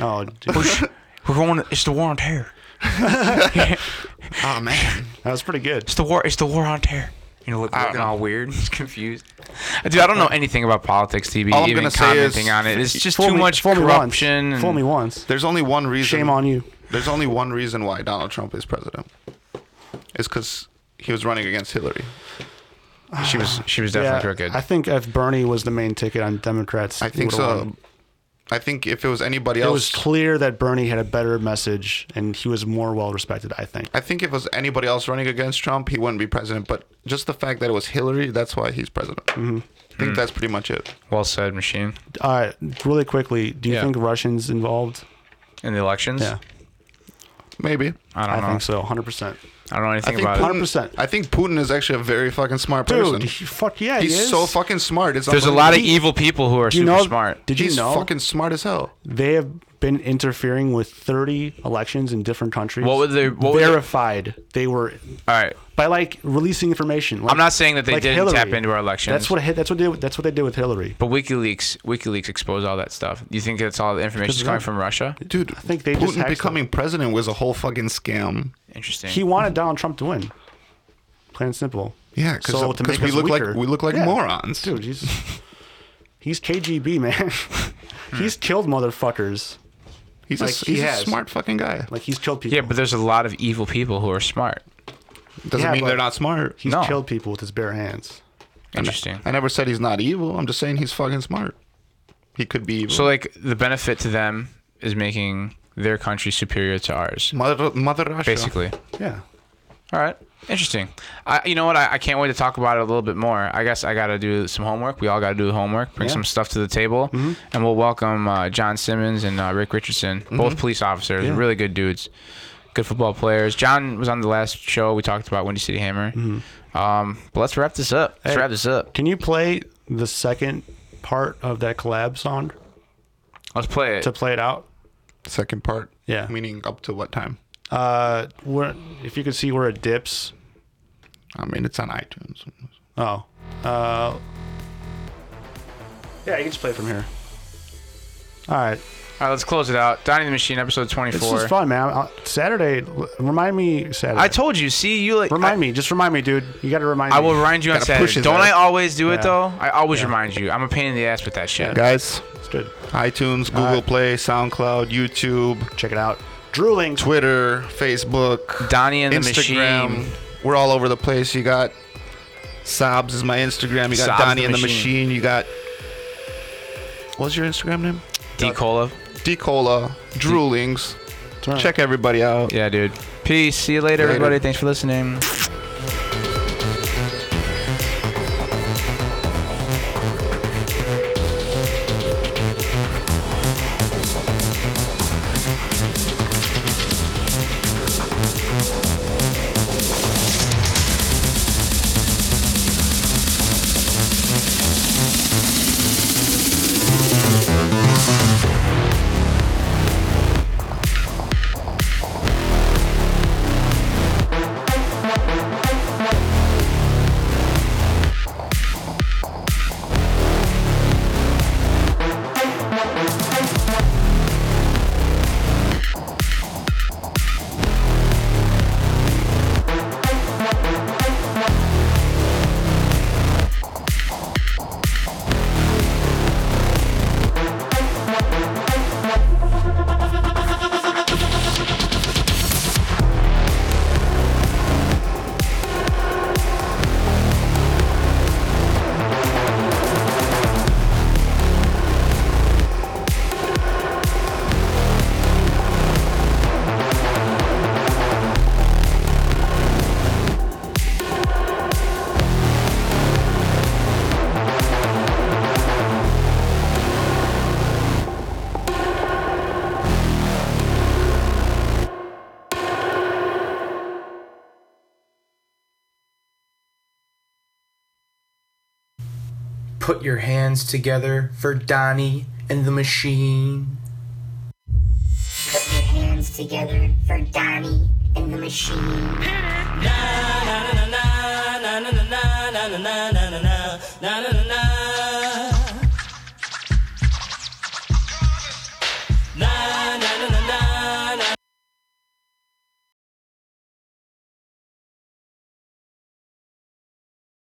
Speaker 4: Oh, dude,
Speaker 2: We're going. It's the war on terror.
Speaker 3: Oh man.
Speaker 4: that was pretty good.
Speaker 2: It's the war. It's the war on terror. You know, look, looking all weird, confused. Dude, I don't know anything about politics. To be
Speaker 3: All I'm
Speaker 2: even
Speaker 3: gonna say is-
Speaker 2: commenting on it, it's just
Speaker 4: Fool
Speaker 2: too
Speaker 4: me-
Speaker 2: much
Speaker 4: fool me once.
Speaker 2: corruption. and-
Speaker 4: Fool me once.
Speaker 3: There's only one reason.
Speaker 4: Shame on you.
Speaker 3: There's only one reason why Donald Trump is president. It's because he was running against Hillary.
Speaker 2: She was. She was
Speaker 4: Yeah,
Speaker 2: definitely crooked.
Speaker 4: I think if Bernie was the main ticket on Democrats,
Speaker 3: I
Speaker 4: he
Speaker 3: think
Speaker 4: would've
Speaker 3: so.
Speaker 4: won.
Speaker 3: I think if it was anybody
Speaker 4: It
Speaker 3: else,
Speaker 4: was clear that Bernie had a better message and he was more well respected. I think.
Speaker 3: I think if it was anybody else running against Trump, he wouldn't be president. But just the fact that it was Hillary, that's why he's president.
Speaker 4: Mm-hmm.
Speaker 3: I
Speaker 2: Mm.
Speaker 3: think that's pretty much it.
Speaker 2: well said, machine.
Speaker 4: All right, really quickly, do you
Speaker 2: Yeah.
Speaker 4: think Russians involved?
Speaker 2: In the elections,
Speaker 4: Yeah,
Speaker 3: Maybe.
Speaker 2: I
Speaker 4: I,
Speaker 2: don't know.
Speaker 4: think so, hundred percent.
Speaker 2: I don't know
Speaker 3: I
Speaker 2: anything
Speaker 3: think
Speaker 2: about it.
Speaker 4: 100%.
Speaker 3: Putin, I think Putin is actually a very fucking smart person.
Speaker 4: Dude, he- fuck yeah,
Speaker 3: he's
Speaker 4: he is.
Speaker 3: so fucking smart. It's
Speaker 2: There's a lot of
Speaker 3: unbelievable.
Speaker 2: evil people who are
Speaker 4: Do you
Speaker 2: super
Speaker 4: know-
Speaker 2: smart.
Speaker 4: Did you
Speaker 3: He's
Speaker 4: know
Speaker 3: fucking smart as hell.
Speaker 4: they have been interfering with 30 elections in different countries?
Speaker 2: What were the- what were the-
Speaker 4: verified? they were
Speaker 2: All right.
Speaker 4: by like releasing information. Like,
Speaker 2: I'm not saying that they
Speaker 4: like
Speaker 2: didn't
Speaker 4: Hillary.
Speaker 2: tap into our elections.
Speaker 4: That's what hit- that's what they, that's what they did with Hillary.
Speaker 2: But WikiLeaks, WikiLeaks exposed all that stuff. Do you think that's all the information
Speaker 4: Because
Speaker 2: coming
Speaker 4: that-
Speaker 2: from Russia?
Speaker 3: Dude, I
Speaker 4: think they
Speaker 3: Putin
Speaker 4: just hacked
Speaker 3: becoming president was a whole fucking scam.
Speaker 2: Interesting.
Speaker 4: He wanted Donald Trump to win. Plain and simple.
Speaker 3: Yeah, because
Speaker 4: So to make
Speaker 3: we
Speaker 4: us
Speaker 3: look
Speaker 4: weaker-
Speaker 3: like we look like
Speaker 4: Yeah.
Speaker 3: morons.
Speaker 4: Dude, he's he's KGB man.
Speaker 3: Hmm.
Speaker 4: he's killed motherfuckers.
Speaker 3: he's
Speaker 4: like,
Speaker 3: a,
Speaker 4: he
Speaker 3: he's a
Speaker 4: has.
Speaker 3: smart fucking guy.
Speaker 4: Like he's killed people.
Speaker 2: yeah, but there's a lot of evil people who are smart.
Speaker 3: Doesn't
Speaker 4: yeah,
Speaker 3: mean
Speaker 4: but-
Speaker 3: they're not smart.
Speaker 4: he's
Speaker 2: no.
Speaker 4: killed people with his bare hands.
Speaker 2: Interesting.
Speaker 3: I never said he's not evil. I'm just saying he's fucking smart. He could be evil.
Speaker 2: So like the benefit to them is making their country superior to ours,
Speaker 3: mother, mother Russia.
Speaker 2: basically.
Speaker 4: Yeah.
Speaker 2: All right. Interesting. I, you know what? I, I can't wait to talk about it a little bit more. I guess I got to do some homework. We all got to do homework, bring
Speaker 4: Yeah. Mm-hmm.
Speaker 2: some stuff to the table, and we'll welcome uh, John Simmons and uh, Rick Richardson, both police officers,
Speaker 4: Mm-hmm. Yeah.
Speaker 2: really good dudes, good football players. John was on the last show. We talked about Windy City Hammer. Um, but let's wrap this up. Let's
Speaker 4: Mm-hmm. Hey.
Speaker 2: wrap this up.
Speaker 4: Can you play the second part of that collab song
Speaker 2: Let's play it.
Speaker 4: to play it out?
Speaker 3: Second part.
Speaker 4: Yeah.
Speaker 3: Meaning up to what time?
Speaker 4: Uh, where, if you could see where it dips.
Speaker 3: I mean, it's on iTunes.
Speaker 4: Oh. Uh, yeah, you can just play from here. All right.
Speaker 2: All right, let's close it out. Dining the Machine, episode
Speaker 4: This
Speaker 2: 24.
Speaker 4: was fun, man. Uh, Saturday, l- remind me Saturday.
Speaker 2: I told you. See, you like.
Speaker 4: Remind
Speaker 2: I,
Speaker 4: me. Just remind me, dude. You got to remind
Speaker 2: I
Speaker 4: me.
Speaker 2: will remind you on
Speaker 3: Gotta
Speaker 2: Saturday.
Speaker 3: push his
Speaker 2: Don't I
Speaker 3: ass.
Speaker 2: always do it
Speaker 4: Yeah.
Speaker 2: though? I always remind you. I'm a pain in the ass with that shit.
Speaker 3: Guys,
Speaker 4: It's good.
Speaker 3: iTunes, Google Play, SoundCloud, YouTube,
Speaker 4: Check it out. Drooling.
Speaker 3: Twitter, Facebook,
Speaker 2: Donnie and the
Speaker 3: Instagram.
Speaker 2: Machine.
Speaker 3: We're all over the place. You got Sobs is my Instagram. You got
Speaker 2: Sobs
Speaker 3: Donnie
Speaker 2: the
Speaker 3: and the
Speaker 2: Machine.
Speaker 3: Machine. You got what's your Instagram name?
Speaker 2: D. Cola.
Speaker 3: Decola, Droolings.
Speaker 4: right.
Speaker 3: Check everybody out.
Speaker 2: Yeah, dude. Peace. See you later,
Speaker 3: Later.
Speaker 2: everybody. Thanks for listening. Put your hands together for Donnie and the Machine.
Speaker 1: Put your hands together for Donnie and the machine.
Speaker 7: na na na na na na na na na na na na na na na